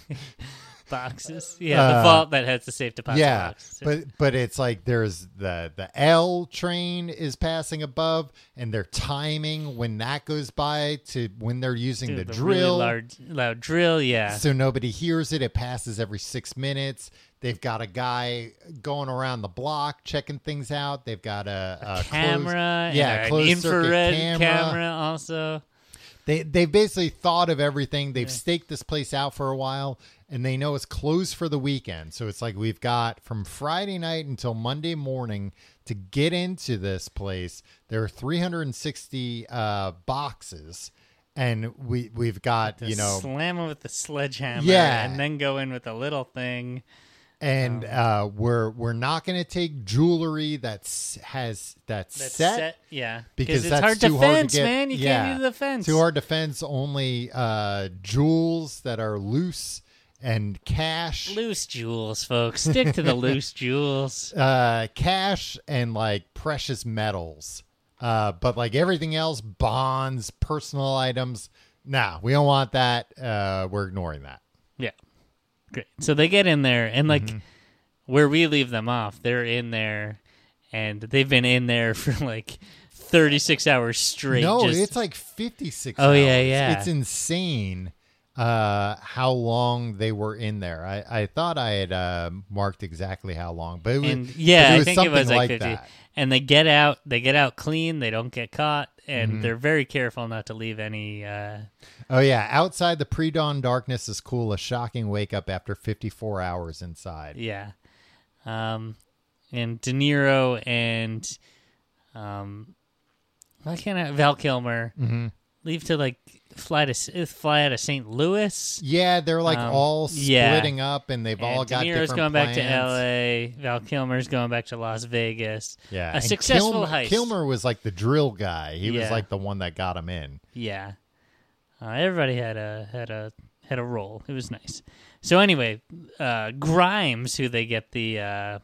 boxes, yeah,
uh,
the vault that has the safe deposit.
yeah
boxes.
but but it's like there's the the l train is passing above and they're timing when that goes by to when they're using
Dude,
the,
really
drill
large, loud drill. Yeah,
so nobody hears it it passes every six minutes they've got a guy going around the block checking things out they've got a, a closed-
camera,
yeah
and an
closed circuit
infrared Also,
they they've basically thought of everything. They've staked this place out for a while, and they know it's closed for the weekend. So it's like we've got from Friday night until Monday morning to get into this place. There are 360 uh, boxes, and we we've got you know
slam it with the sledgehammer,
Yeah.
and then go in with a little thing.
and uh, we're we're not going to take jewelry that's has that's,
That's
set.
set, yeah,
Because
it's
that's
hard
too
to
hard to
fence,
get-
man. You
yeah.
can't do the fence.
To our defense, only uh, jewels that are loose and cash.
Loose jewels, folks. Stick to the loose jewels.
uh cash and like precious metals uh but like everything else bonds personal items nah we don't want that uh we're ignoring that
Yeah. Great. So they get in there and like
Mm-hmm.
where we leave them off, they're in there and they've been in there for like 36 hours straight.
no
just-
it's like 56
Oh, yeah,
hours.
yeah.
it's insane uh how long they were in there i i thought i had uh marked exactly how long but it was,
and yeah,
but it
I
was
think it
something
was like,
like
50.
that
And they get out, they get out clean, they don't get caught, and
Mm-hmm.
they're very careful not to leave any uh
oh yeah outside the pre-dawn darkness is cool a shocking wake up after 54 hours inside
yeah. Um and De Niro and um why can't I Val Kilmer
Mm-hmm.
leave to like fly to S- fly out of St. Louis?
Yeah, they're like
Um,
all
yeah.
splitting up, and they've all
And
got
De Niro's
different
going
plans.
back to L.A. Val Kilmer's going back to Las Vegas.
Yeah,
a
and
successful
Kilmer,
heist.
Kilmer was like the drill guy. He was
Yeah.
like the one that got him in.
Yeah, uh, everybody had a had a had a role. It was nice. So anyway, uh, Grimes, who they get the uh,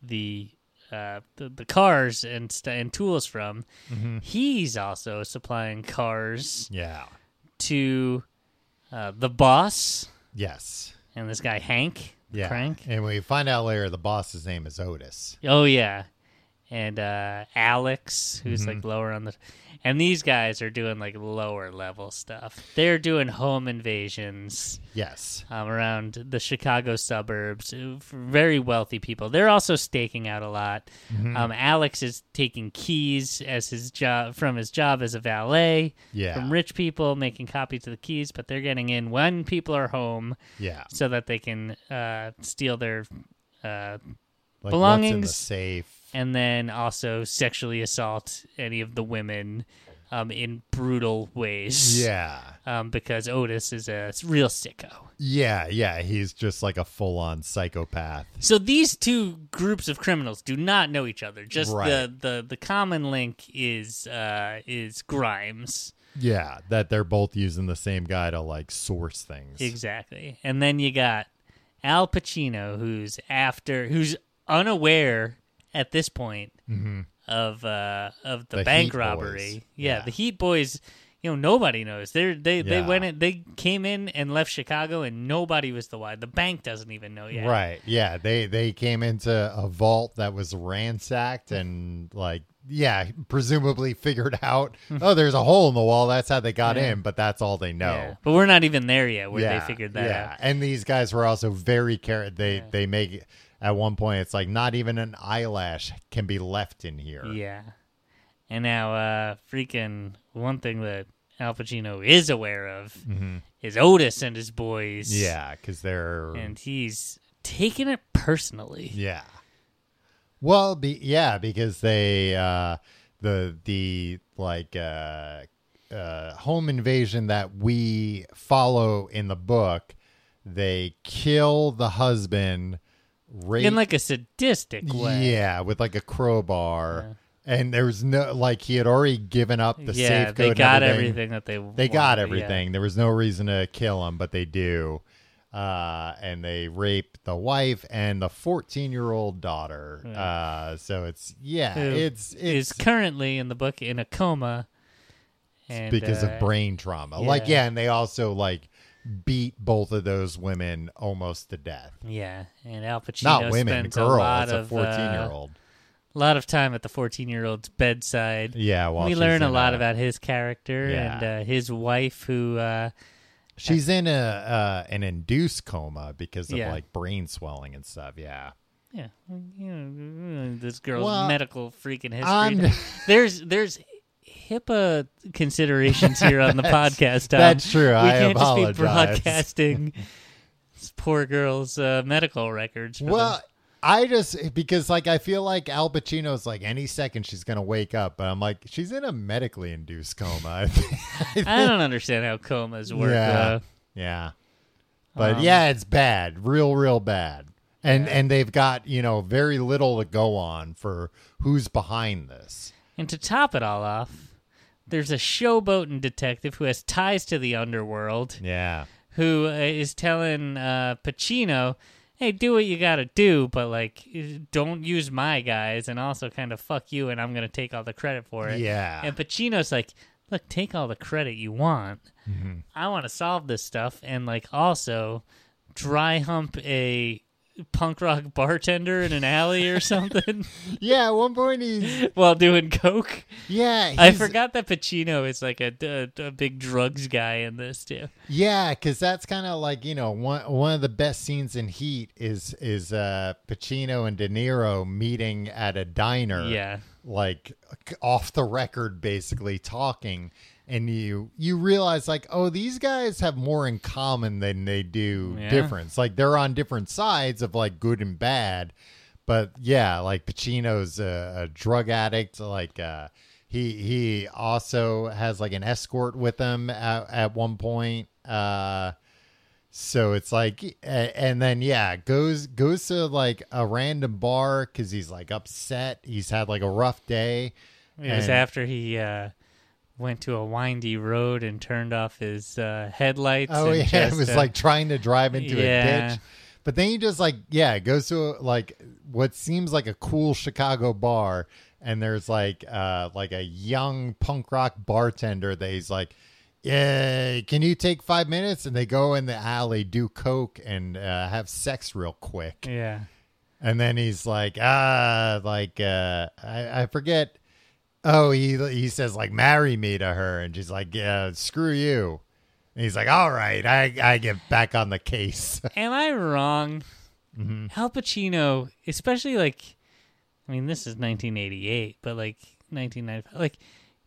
the, uh, the the cars and st- and tools from, he's also supplying cars
Yeah.
to uh, the boss
Yes.
and this guy Hank. the
Yeah.
Crank.
And we find out later the boss's name is Otis.
Oh yeah, and uh, Alex, who's like lower on the, and these guys are doing like lower level stuff. They're doing home invasions
Yes.
um, around the Chicago suburbs. uh, for Very wealthy people. They're also staking out a lot. Um, Alex is taking keys as his job from his job as a valet.
Yeah.
From rich people making copies of the keys, but they're getting in when people are home
Yeah.
so that they can uh, steal their uh,
Like What's in the
Belongings.
safe.
and then also sexually assault any of the women um, in brutal ways.
Yeah.
Um, because Otis is a real sicko.
Yeah. Yeah. He's just like a full on psychopath.
So these two groups of criminals do not know each other. Just the,
Right.
the, the common link is uh, is Grimes.
Yeah. That they're both using the same guy to like source things.
Exactly. And then you got Al Pacino, who's after, who's unaware at this point of uh, of the,
Mm-hmm. The
bank
Heat
robbery.
Boys.
Yeah,
Yeah.
the Heat Boys. you know nobody knows. They're, they they
Yeah.
went in, they came in and left Chicago and nobody was the why. The bank doesn't even know yet.
Right. Yeah. They they came into a vault that was ransacked and like yeah, presumably figured out oh, there's a hole in the wall. That's how they got
Yeah.
in, but that's all they know.
Yeah. But we're not even there yet where
yeah,
they figured that
yeah.
out.
And these guys were also very care. They they make at one point it's like not even an eyelash can be left in here.
Yeah. And now, uh, freaking one thing that Al Pacino is aware of is Otis and his boys.
Mm-hmm. Yeah, because they're
And he's taking it personally.
yeah. Well, be, yeah, because they uh, the the like uh, uh, home invasion that we follow in the book, they kill the husband. Rape
In like a sadistic way.
Yeah, with like a crowbar. And there was no like he had already given up the
yeah,
safe code.
they
and
got
everything.
everything that they
They
wanted,
got
yeah.
everything. There was no reason to kill him, but they do. Uh, and they rape the wife and the 14 year old daughter. Uh, so it's yeah,
Who
it's it's
is currently in the book in a coma. And,
because
uh,
of brain trauma. Like
yeah.
yeah, and they also like beat both of those women almost to death.
Yeah, and Al Pacino
Not women,
spends
girl.
a lot
It's a
of
14 year
uh,
old.
lot of time at the fourteen-year-old's bedside.
Yeah, while
we
she's
learn a
in uh,
lot about his character
Yeah.
and uh, his wife, who uh,
She's in a uh, an induced coma because of
Yeah.
like brain swelling and stuff. Yeah.
yeah, you know, this girl's
Well,
medical freaking history.
I'm-
There's there's HIPAA considerations here on the podcast. Tom.
that's true.
We
I
can't
apologize.
just be broadcasting this poor girl's uh, medical records. for
Well,
them.
I just because like I feel like Al Pacino's like any second she's gonna wake up, but I'm like she's in a medically induced coma. I think.
I don't understand how comas work.
yeah,
Uh,
yeah,
Um,
but yeah, it's bad, real, real bad. And and they've got you know very little to go on for who's behind this.
And to top it all off, there's a showboating detective who has ties to the underworld
Yeah,
who uh, is telling uh, Pacino, "Hey, do what you gotta do, but like, don't use my guys, and also kind of fuck you, and I'm gonna take all the credit for it."
yeah,
And Pacino's like, "Look, take all the credit you want.
Mm-hmm.
I want to solve this stuff, and like, also dry hump a." Punk rock bartender in an alley or something
yeah. At one point he's
while doing coke.
yeah.
I
he's-
forgot that Pacino is like a, a, a big drugs guy in this too.
Yeah, because that's kind of like you know one one of the best scenes in Heat is is uh, Pacino and De Niro meeting at a diner.
Yeah.
like off the record, basically talking, and you you realize like oh these guys have more in common than they do
Yeah.
difference. Like they're on different sides of like good and bad, but yeah, like Pacino's a, a drug addict. Like uh, he he also has like an escort with him at, at one point. Uh, so it's like, a- and then yeah, goes goes to like a random bar because he's like upset. He's had like a rough day.
It was
And-
after he uh, went to a windy road and turned off his uh, headlights.
Oh
and
yeah,
just,
it was
uh,
like trying to drive into a
yeah.
ditch. But then he just like yeah goes to like what seems like a cool Chicago bar, and there's like uh like a young punk rock bartender that he's like, yeah, can you take five minutes? And they go in the alley, do coke, and uh, have sex real quick.
yeah,
And then he's like, ah, like uh, I, I forget. Oh, he he says like, marry me to her, and she's like, yeah, screw you. And he's like, all right, I I get back on the case.
am I wrong?
Mm-hmm.
Al Pacino, especially like, I mean, this is 1988, but like 1995, like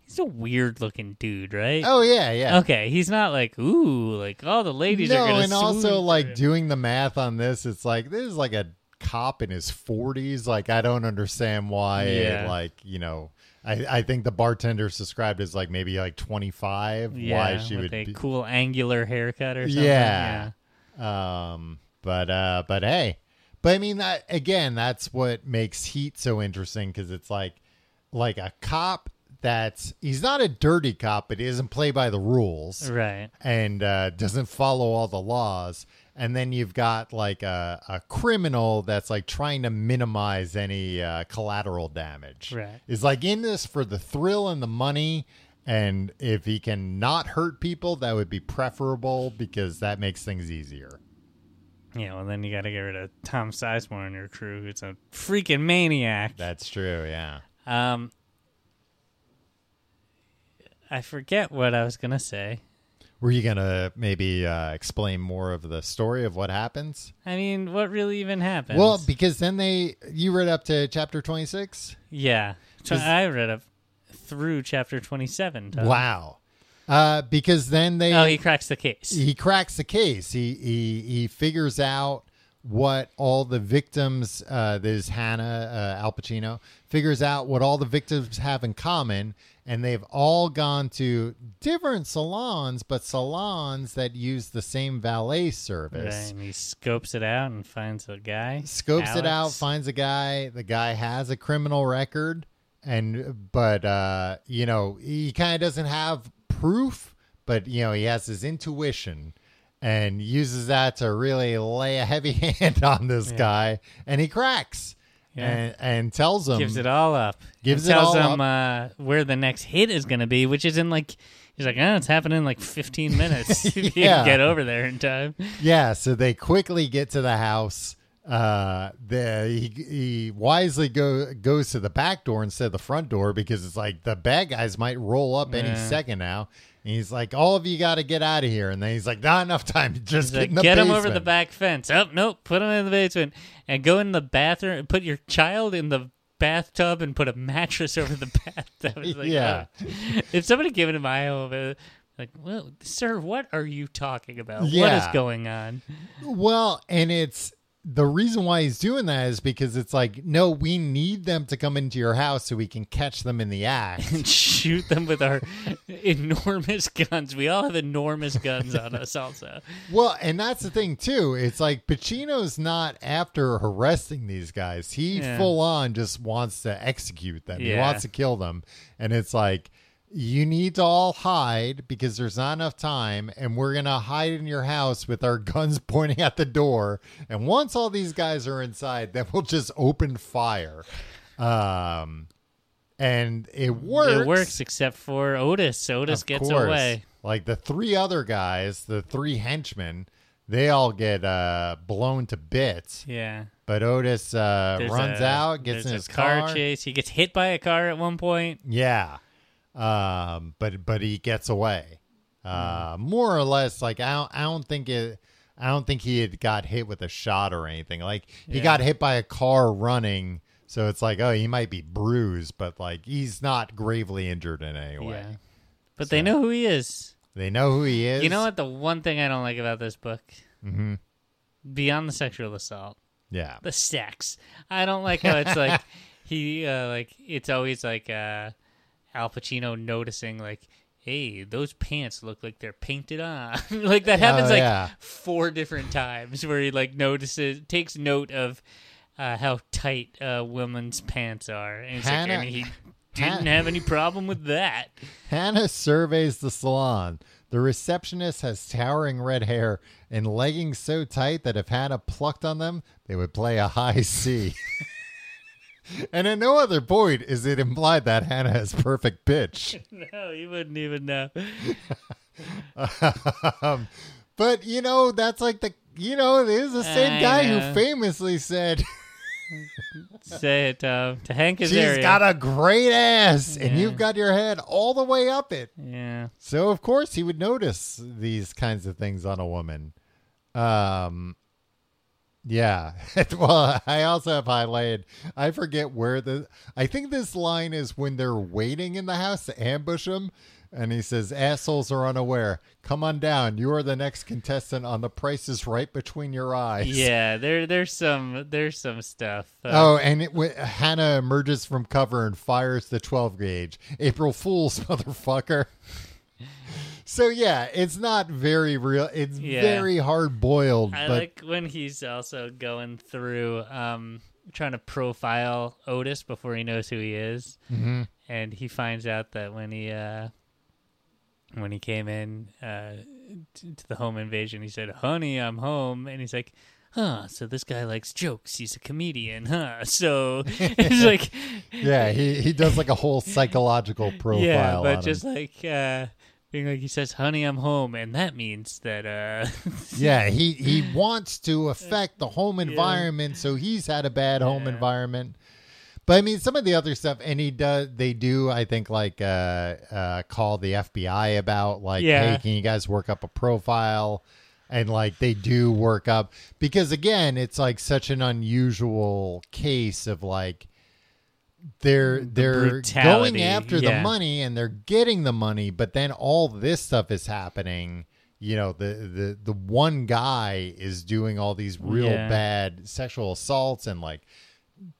he's a weird looking dude, right?
oh yeah, yeah.
Okay, he's not like ooh, like all the ladies
no,
are gonna.
and also
swoon for
like
him.
doing the math on this, it's like this is like a cop in his forties. Like I don't understand why. it,
Yeah.
like you know. I, I think the bartender's described as like maybe like 25 why she
with
would
a
be,
cool angular haircut or something.
Yeah. Um, but uh, but hey, but I mean that again. That's what makes Heat so interesting because it's like like a cop that's he's not a dirty cop, but he doesn't play by the rules
Yeah. Right.
and uh, doesn't follow all the laws. And then you've got like a, a criminal that's like trying to minimize any uh, collateral damage.
Right.
Is like in this for the thrill and the money And if he can not hurt people, that would be preferable because that makes things easier.
Yeah, well, then you got to get rid of Tom Sizemore and your crew, who's a freaking maniac.
That's true, yeah.
Um, I forget what I was gonna say.
Were you going to maybe uh, explain more of the story of what happens?
I mean, what really even happened?
Well, because then they, you read up to chapter 26.
yeah, so I read up through chapter twenty-seven.
Uh-huh.
Tom.
Wow. Uh, because then they,
Oh, he cracks the case.
he cracks the case. He he he figures out what all the victims. Uh, there's Hannah uh, Al Pacino figures out what all the victims have in common, and they've all gone to different salons, but salons that use the same valet
Right,
service.
and he scopes it out and finds a guy.
Scopes it out,
Alex.
finds a guy. The guy has a criminal record, and but uh, you know he kind of doesn't have proof, but you know he has his intuition and uses that to really lay a heavy hand on this guy, and he cracks
Yeah.
and and tells him
gives it all up.
Gives
and
it
tells
all
him uh, where the next hit is going to be, which is in like he's like, oh, it's happening in like 15 minutes. if you
Yeah.
can get over there in time.
Yeah, so they quickly get to the house. Uh, the he, he wisely go goes to the back door instead of the front door because it's like the bad guys might roll up any
Yeah.
second now. And he's like, "All of you got to get out of here." And then he's like, "Not enough time.
He's
Just get
like,
in the
get him
basement."
over the back fence. Oh nope, put him in the basement and go in the bathroom. Put your child in the bathtub and put a mattress over the bathtub. It's like,
Yeah.
oh. if somebody gave it my home. Like, well, sir, what are you talking about? What is
Yeah.
going on?
Well, and it's the reason why he's doing that is because it's like, no, we need them to come into your house so we can catch them in the act.
and shoot them with our enormous guns. We all have enormous guns on us, also.
Well, and that's the thing too. It's like Pacino's not after arresting these guys. He
Yeah.
full on just wants to execute them. He
Yeah.
wants to kill them. And it's like you need to all hide because there's not enough time and we're going to hide in your house with our guns pointing at the door. And once all these guys are inside, then we'll just open fire. Um and it works.
It works, except for Otis. Otis
Of
gets
course.
away.
Like the three other guys, the three henchmen, they all get uh, blown to bits.
Yeah,
But Otis uh,
There's
runs
a-
out, gets
there's
in
a
his car.
chase. He gets hit by a car at one point.
Yeah, um, but but he gets away. Uh, More or less, like I don't, I don't think it. I don't think he had got hit with a shot or anything. Like he
Yeah.
got hit by a car running, so it's like, oh, he might be bruised, but like he's not gravely injured in any way.
Yeah, but they know who he is.
They know who he is.
You know what? The one thing I don't like about this book,
Mm-hmm.
beyond the sexual assault,
Yeah.
the sex. I don't like how it's like he uh, like it's always like uh, Al Pacino noticing like, hey, those pants look like they're painted on. like that happens
Oh,
like
yeah.
four different times where he like notices takes note of. Uh, how tight uh, women's pants are, and, it's like,
Hannah-
and he
Hannah-
didn't have any problem with that.
Hannah surveys the salon. The receptionist has towering red hair and leggings so tight that if Hannah plucked on them, they would play a high C. and at no other point is it implied that Hannah has perfect pitch.
No, you wouldn't even know.
um, but you know, that's like the you know, it is the same
I
guy
know.
who famously said
Say it um, to Hank
she's
Azaria.
got a great ass and
Yeah.
you've got your head all the way up it.
yeah.
So of course he would notice these kinds of things on a woman. Um yeah. well, I also have highlighted I forget where the I think this line is when they're waiting in the house to ambush him and he says assholes are unaware. Come on down. You are the next contestant on the price is right between your eyes.
Yeah, there there's some there's some stuff. Uh,
Oh, and it, w- Hannah emerges from cover and fires the 12 gauge. April Fool's, motherfucker. so, yeah, it's not very real. It's
Yeah.
very hard boiled.
I
But
like when he's also going through um trying to profile Otis before he knows who he is.
Mhm.
And he finds out that when he uh when he came in uh t- to the home invasion, he said, "Honey, I'm home." And he's like, huh, so this guy likes jokes. He's a comedian, huh? So it's like,
Yeah, he, he does like a whole psychological profile.
yeah,
on
but
him.
just like uh, being like, he says, honey, I'm home. And that means that, uh,
yeah, he he wants to affect the home environment, so he's had a bad home
Yeah.
environment. But I mean, some of the other stuff, and he does. They do, I think, like uh, uh, call the FBI about like,
Yeah.
hey, can you guys work up a profile? And like they do work up because again, it's like such an unusual case of like they're they're going
brutality,
after the
yeah.
money and they're getting the money, but then all this stuff is happening. You know, the the the one guy is doing all these real
Yeah.
bad sexual assaults and like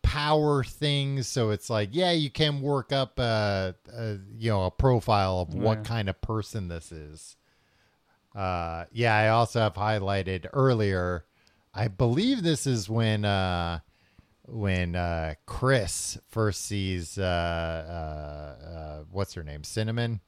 power things. So it's like, yeah, you can work up a, a you know a profile of what
Yeah.
kind of person this is. Uh, yeah, I also have highlighted earlier. I believe this is when uh, when uh, Chris first sees uh, uh, uh, what's her name, Cinnamon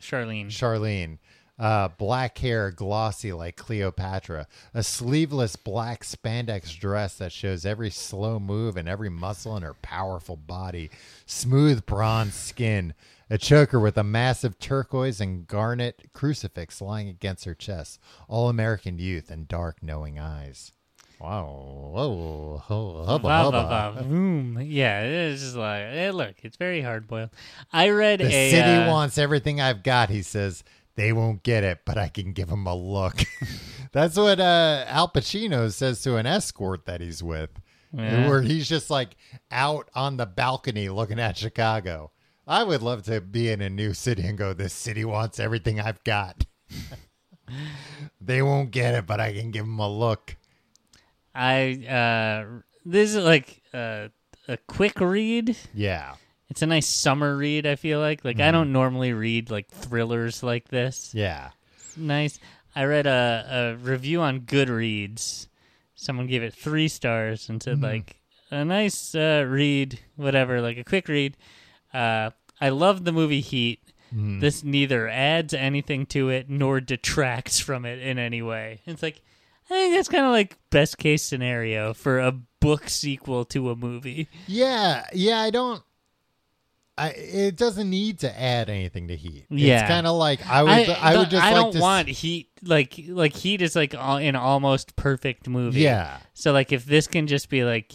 Charlene.
Charlene. Uh, black hair, glossy like Cleopatra, a sleeveless black spandex dress that shows every slow move and every muscle in her powerful body, smooth bronze skin, a choker with a massive turquoise and garnet crucifix lying against her chest, all American youth and dark, knowing eyes. Wow, whoa, ho, hubba,
Blah,
hubba.
blah, blah, vroom. Yeah, it's just like, eh, look, it's very hard boiled. I read
The
a.
city
uh,
wants everything I've got, he says. They won't get it, but I can give them a look. That's what uh, Al Pacino says to an escort that he's with,
Yeah.
where he's just like out on the balcony looking at Chicago. I would love to be in a new city and go, This city wants everything I've got. they won't get it, but I can give them a look.
I uh, this is like uh, a quick read.
Yeah.
It's a nice summer read. I feel like like I
Mm-hmm.
don't normally read like thrillers like this.
Yeah.
It's nice. I read a, a review on Goodreads. Someone gave it three stars and
Hmm.
said like a nice uh, read, whatever, like a quick read. Uh, I love the movie Heat.
Hmm.
This neither adds anything to it nor detracts from it in any way. It's like I think that's kind of like best case scenario for a book sequel to a movie.
Yeah, yeah, I don't. I it doesn't need to add anything to heat.
Yeah.
it's kind of like I would. I, would
don't-
just.
I
like
don't
to s-
want Heat like like Heat is like al- an almost perfect movie.
Yeah,
So like if this can just be like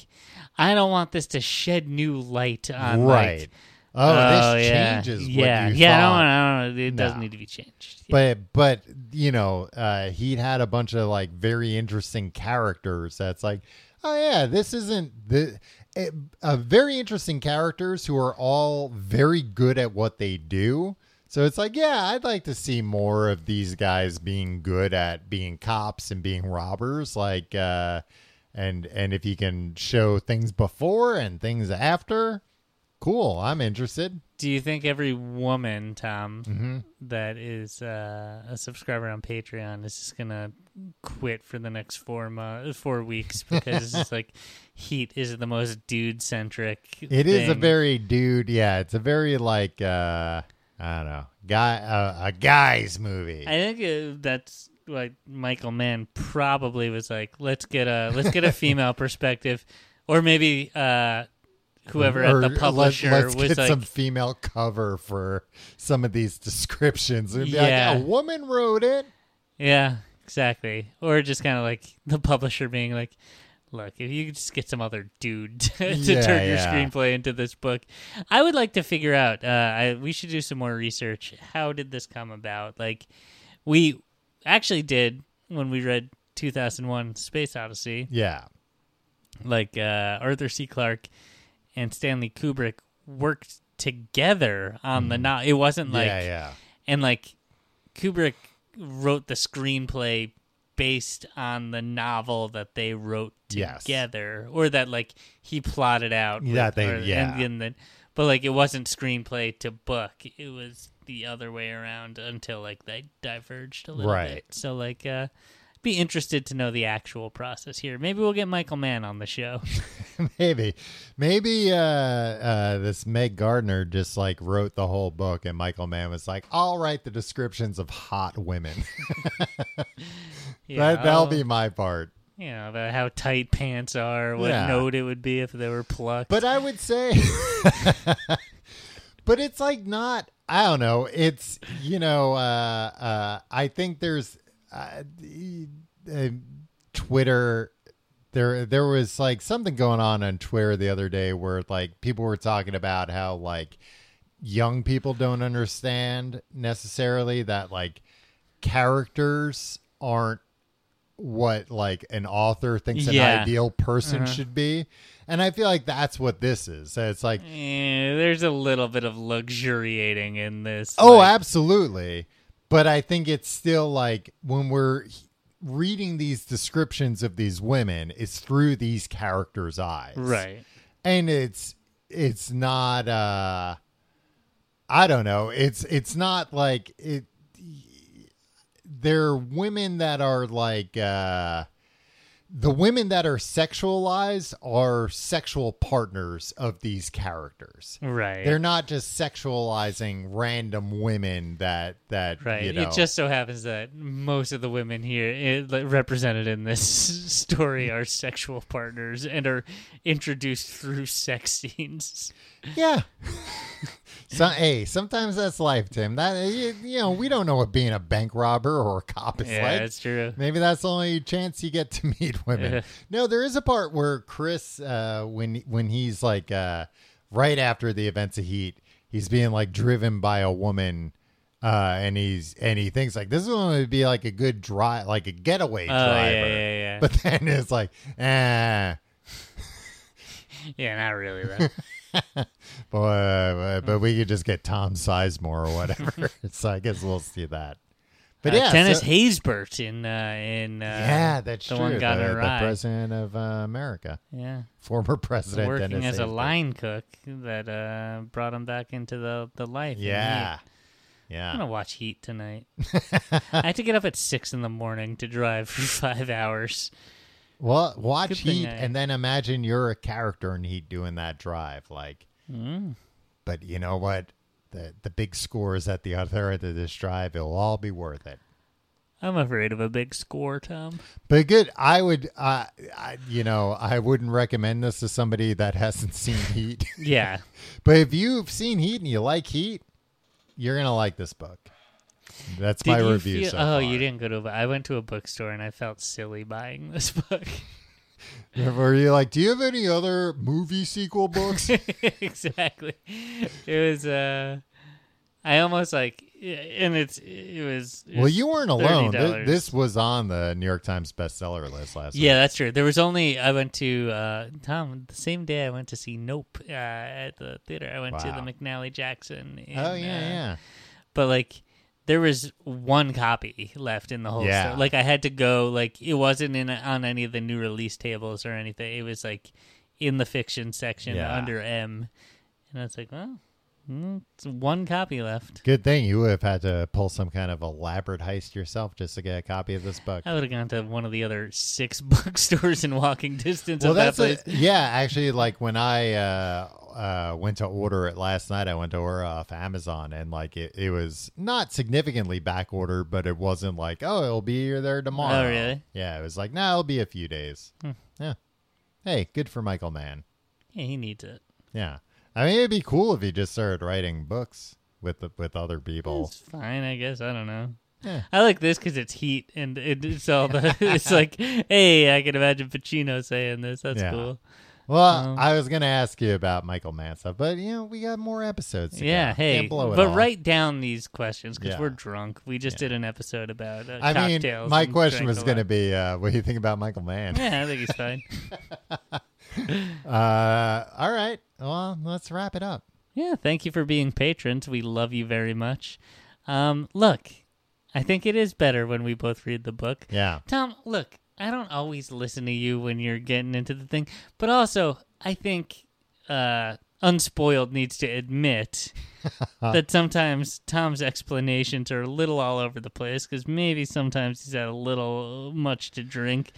I don't want this to shed new light on
right.
like,
oh, this
yeah,
changes
yeah,
what you
yeah. I don't
thought.
wanna- I don't, know. It doesn't
No.
need to be changed. Yeah.
But but you know, uh, heat had a bunch of like very interesting characters. That's like, oh yeah, this isn't the. It, uh, very interesting characters who are all very good at what they do. So it's like, yeah, I'd like to see more of these guys being good at being cops and being robbers. Like, uh, and and if you can show things before and things after, cool. I'm interested.
Do you think every woman, Tom,
Mm-hmm.
that is uh, a subscriber on Patreon is just gonna quit for the next four mo- four weeks because it's like Heat is the most dude centric.
It is a very dude. Yeah, it's a very like uh I don't know guy uh, a guys movie.
I think uh, that's like Michael Mann probably was like, let's get a let's get a female perspective, or maybe uh, whoever
Or
at the publisher
let, us
was
get
like,
some female cover for some of these descriptions. It'd be
Yeah.
like a woman wrote it.
yeah, exactly, or just kind of like the publisher being like. Look, if you could just get some other dude to
Yeah,
turn your
yeah.
screenplay into this book, I would like to figure out. Uh, I, we should do some more research. How did this come about? Like, we actually did when we read 2001: Space Odyssey.
Yeah,
like uh, Arthur C. Clarke and Stanley Kubrick worked together on the novel. It wasn't like
Hmm. yeah, yeah,
and like Kubrick wrote the screenplay based on the novel that they wrote
Yes.
together, or that like he plotted out.
That they-
or-
yeah.
and, and then, but like it wasn't screenplay to book; it was the other way around until like they diverged a little
Right.
bit. So like. uh be interested to know the actual process here. Maybe we'll get Michael Mann on the show.
maybe, maybe uh, uh, this Meg Gardner just like wrote the whole book, and Michael Mann was like, "I'll write the descriptions of hot women."
Yeah,
that that'll
I'll-
be my part.
you know, about how tight pants are, what
Yeah.
note it would be if they were plucked.
But I would say, but it's like not. I don't know. It's you know. Uh, uh, I think there's uh, the- uh, Twitter. There, there was like something going on on Twitter the other day where like people were talking about how like young people don't understand necessarily that like characters aren't what like an author thinks an
Yeah. Mm-hmm.
ideal person should be and i feel like that's what this is So it's like
Eh, there's a little bit of luxuriating in this.
oh
like-
absolutely but i think it's still like when we're h- reading these descriptions of these women it's through these characters eyes
right.
and it's it's not uh i don't know it's it's not like it they're women that are like uh the women that are sexualized are sexual partners of these characters
Right.
they're not just sexualizing random women that that
Right.
you know
It just so happens that most of the women here eh, like, represented in this story are sexual partners and are introduced through sex scenes.
yeah so hey sometimes that's life tim that you, you know we don't know what being a bank robber or a cop is
yeah,
like
that's true.
Maybe that's the only chance you get to meet women. no, there is a part where Chris, uh, when when he's like uh, right after the events of Heat, he's being like driven by a woman, uh, and he's and he thinks like this is going to be like a good drive, like a getaway
Oh
driver.
yeah, yeah, yeah.
But then it's like, eh,
yeah, not really though.
boy, uh, but we could just get Tom Sizemore or whatever. so I guess we'll see that. But
Uh,
yeah,
Dennis
so-
Haysbert in uh, in uh,
yeah, that's
the
true.
one got
the,
in a
the
ride.
president of uh, America.
yeah,
former president
working
Dennis
as a
Haysbert.
line cook that uh, brought him back into the the life. in Heat.
Yeah,
I'm
yeah.
gonna watch Heat tonight. I had to get up at six in the morning to drive for five hours.
Well, watch
Good thing
Heat,
I-
and then imagine you're a character in Heat doing that drive. Like,
Mm.
but you know what? The the big score is at the other end of this drive. It'll all be worth it.
I'm afraid of a big score, Tom.
But good, I would, uh, I, you know, I wouldn't recommend this to somebody that hasn't seen Heat.
Yeah,
but if you've seen Heat and you like Heat, you're gonna like this book. That's my
you
review.
feel-
so
oh,
far.
you didn't go to. a- I went to a bookstore and I felt silly buying this book.
Were you like, do you have any other movie sequel books?
exactly. It was. uh I almost like, and it's. It was. it
Well,
was
you weren't alone. Th-
$30.
this was on the New York Times bestseller list last
Yeah, that's true. There was only I went to uh, Tom the same day I went to see Nope uh, at the theater. I went to
Wow.
the McNally Jackson. in,
week. Oh,
uh,
yeah,
But like, there was one copy left in the whole.
Yeah.
store. Like I had to go. Like it wasn't in on any of the new release tables or anything. It was like in the fiction section
Yeah.
under M, and I was like, well, mm, it's one copy left.
Good thing you would have had to pull some kind of elaborate heist yourself just to get a copy of this book.
I would have gone to one of the other six bookstores in walking distance
well,
of that
that's
place.
a, yeah. Actually, like when I uh, uh, went to order it last night, I went to order off Amazon, and like it, it was not significantly back ordered, but it wasn't like oh, it'll be here there tomorrow.
Oh, really? Hmm.
Yeah, it was like nah, it'll be a few days. Yeah. Hey, good for Michael Mann.
yeah, he needs it.
Yeah, I mean, it'd be cool if you just started writing books with the, with other people.
It's fine, I guess. I don't know.
Yeah.
I like this because it's heat and it, it's all the. it's like, hey, I can imagine Pacino saying this. That's
Yeah.
cool.
Well,
Um,
I was gonna ask you about Michael Mann stuff, but you know, we got more episodes. To
yeah,
go.
hey,
Can't blow it
but
all.
write down these questions because
Yeah.
we're drunk. We just did an episode about uh,
I mean,
cocktails.
my
and
question
drank
was
a
gonna
lot.
be, uh, what do you think about Michael Mann?
Yeah, I think he's fine.
uh, all right, well, let's wrap it up.
yeah, thank you for being patrons. We love you very much. Um, look, I think it is better when we both read the book.
Yeah,
Tom, look, I don't always listen to you when you're getting into the thing, but also I think uh, Unspoiled needs to admit that sometimes Tom's explanations are a little all over the place because maybe sometimes he's had a little much to drink,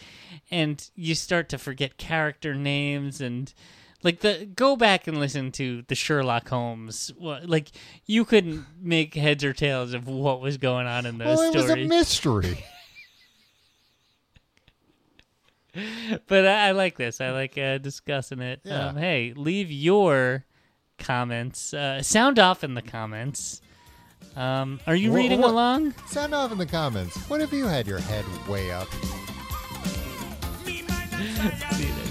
and you start to forget character names and. Like the go back and listen to the Sherlock Holmes. wha- Like you couldn't make heads or tails of what was going on in those
well, it
stories.
was a mystery.
but I, I like this. I like uh, discussing it.
Yeah.
Um, hey, leave your comments. Uh, sound off in the comments. Um, are you
Wha-
reading
what-
along?
Sound off in the comments. What if you had your head way up?
See you next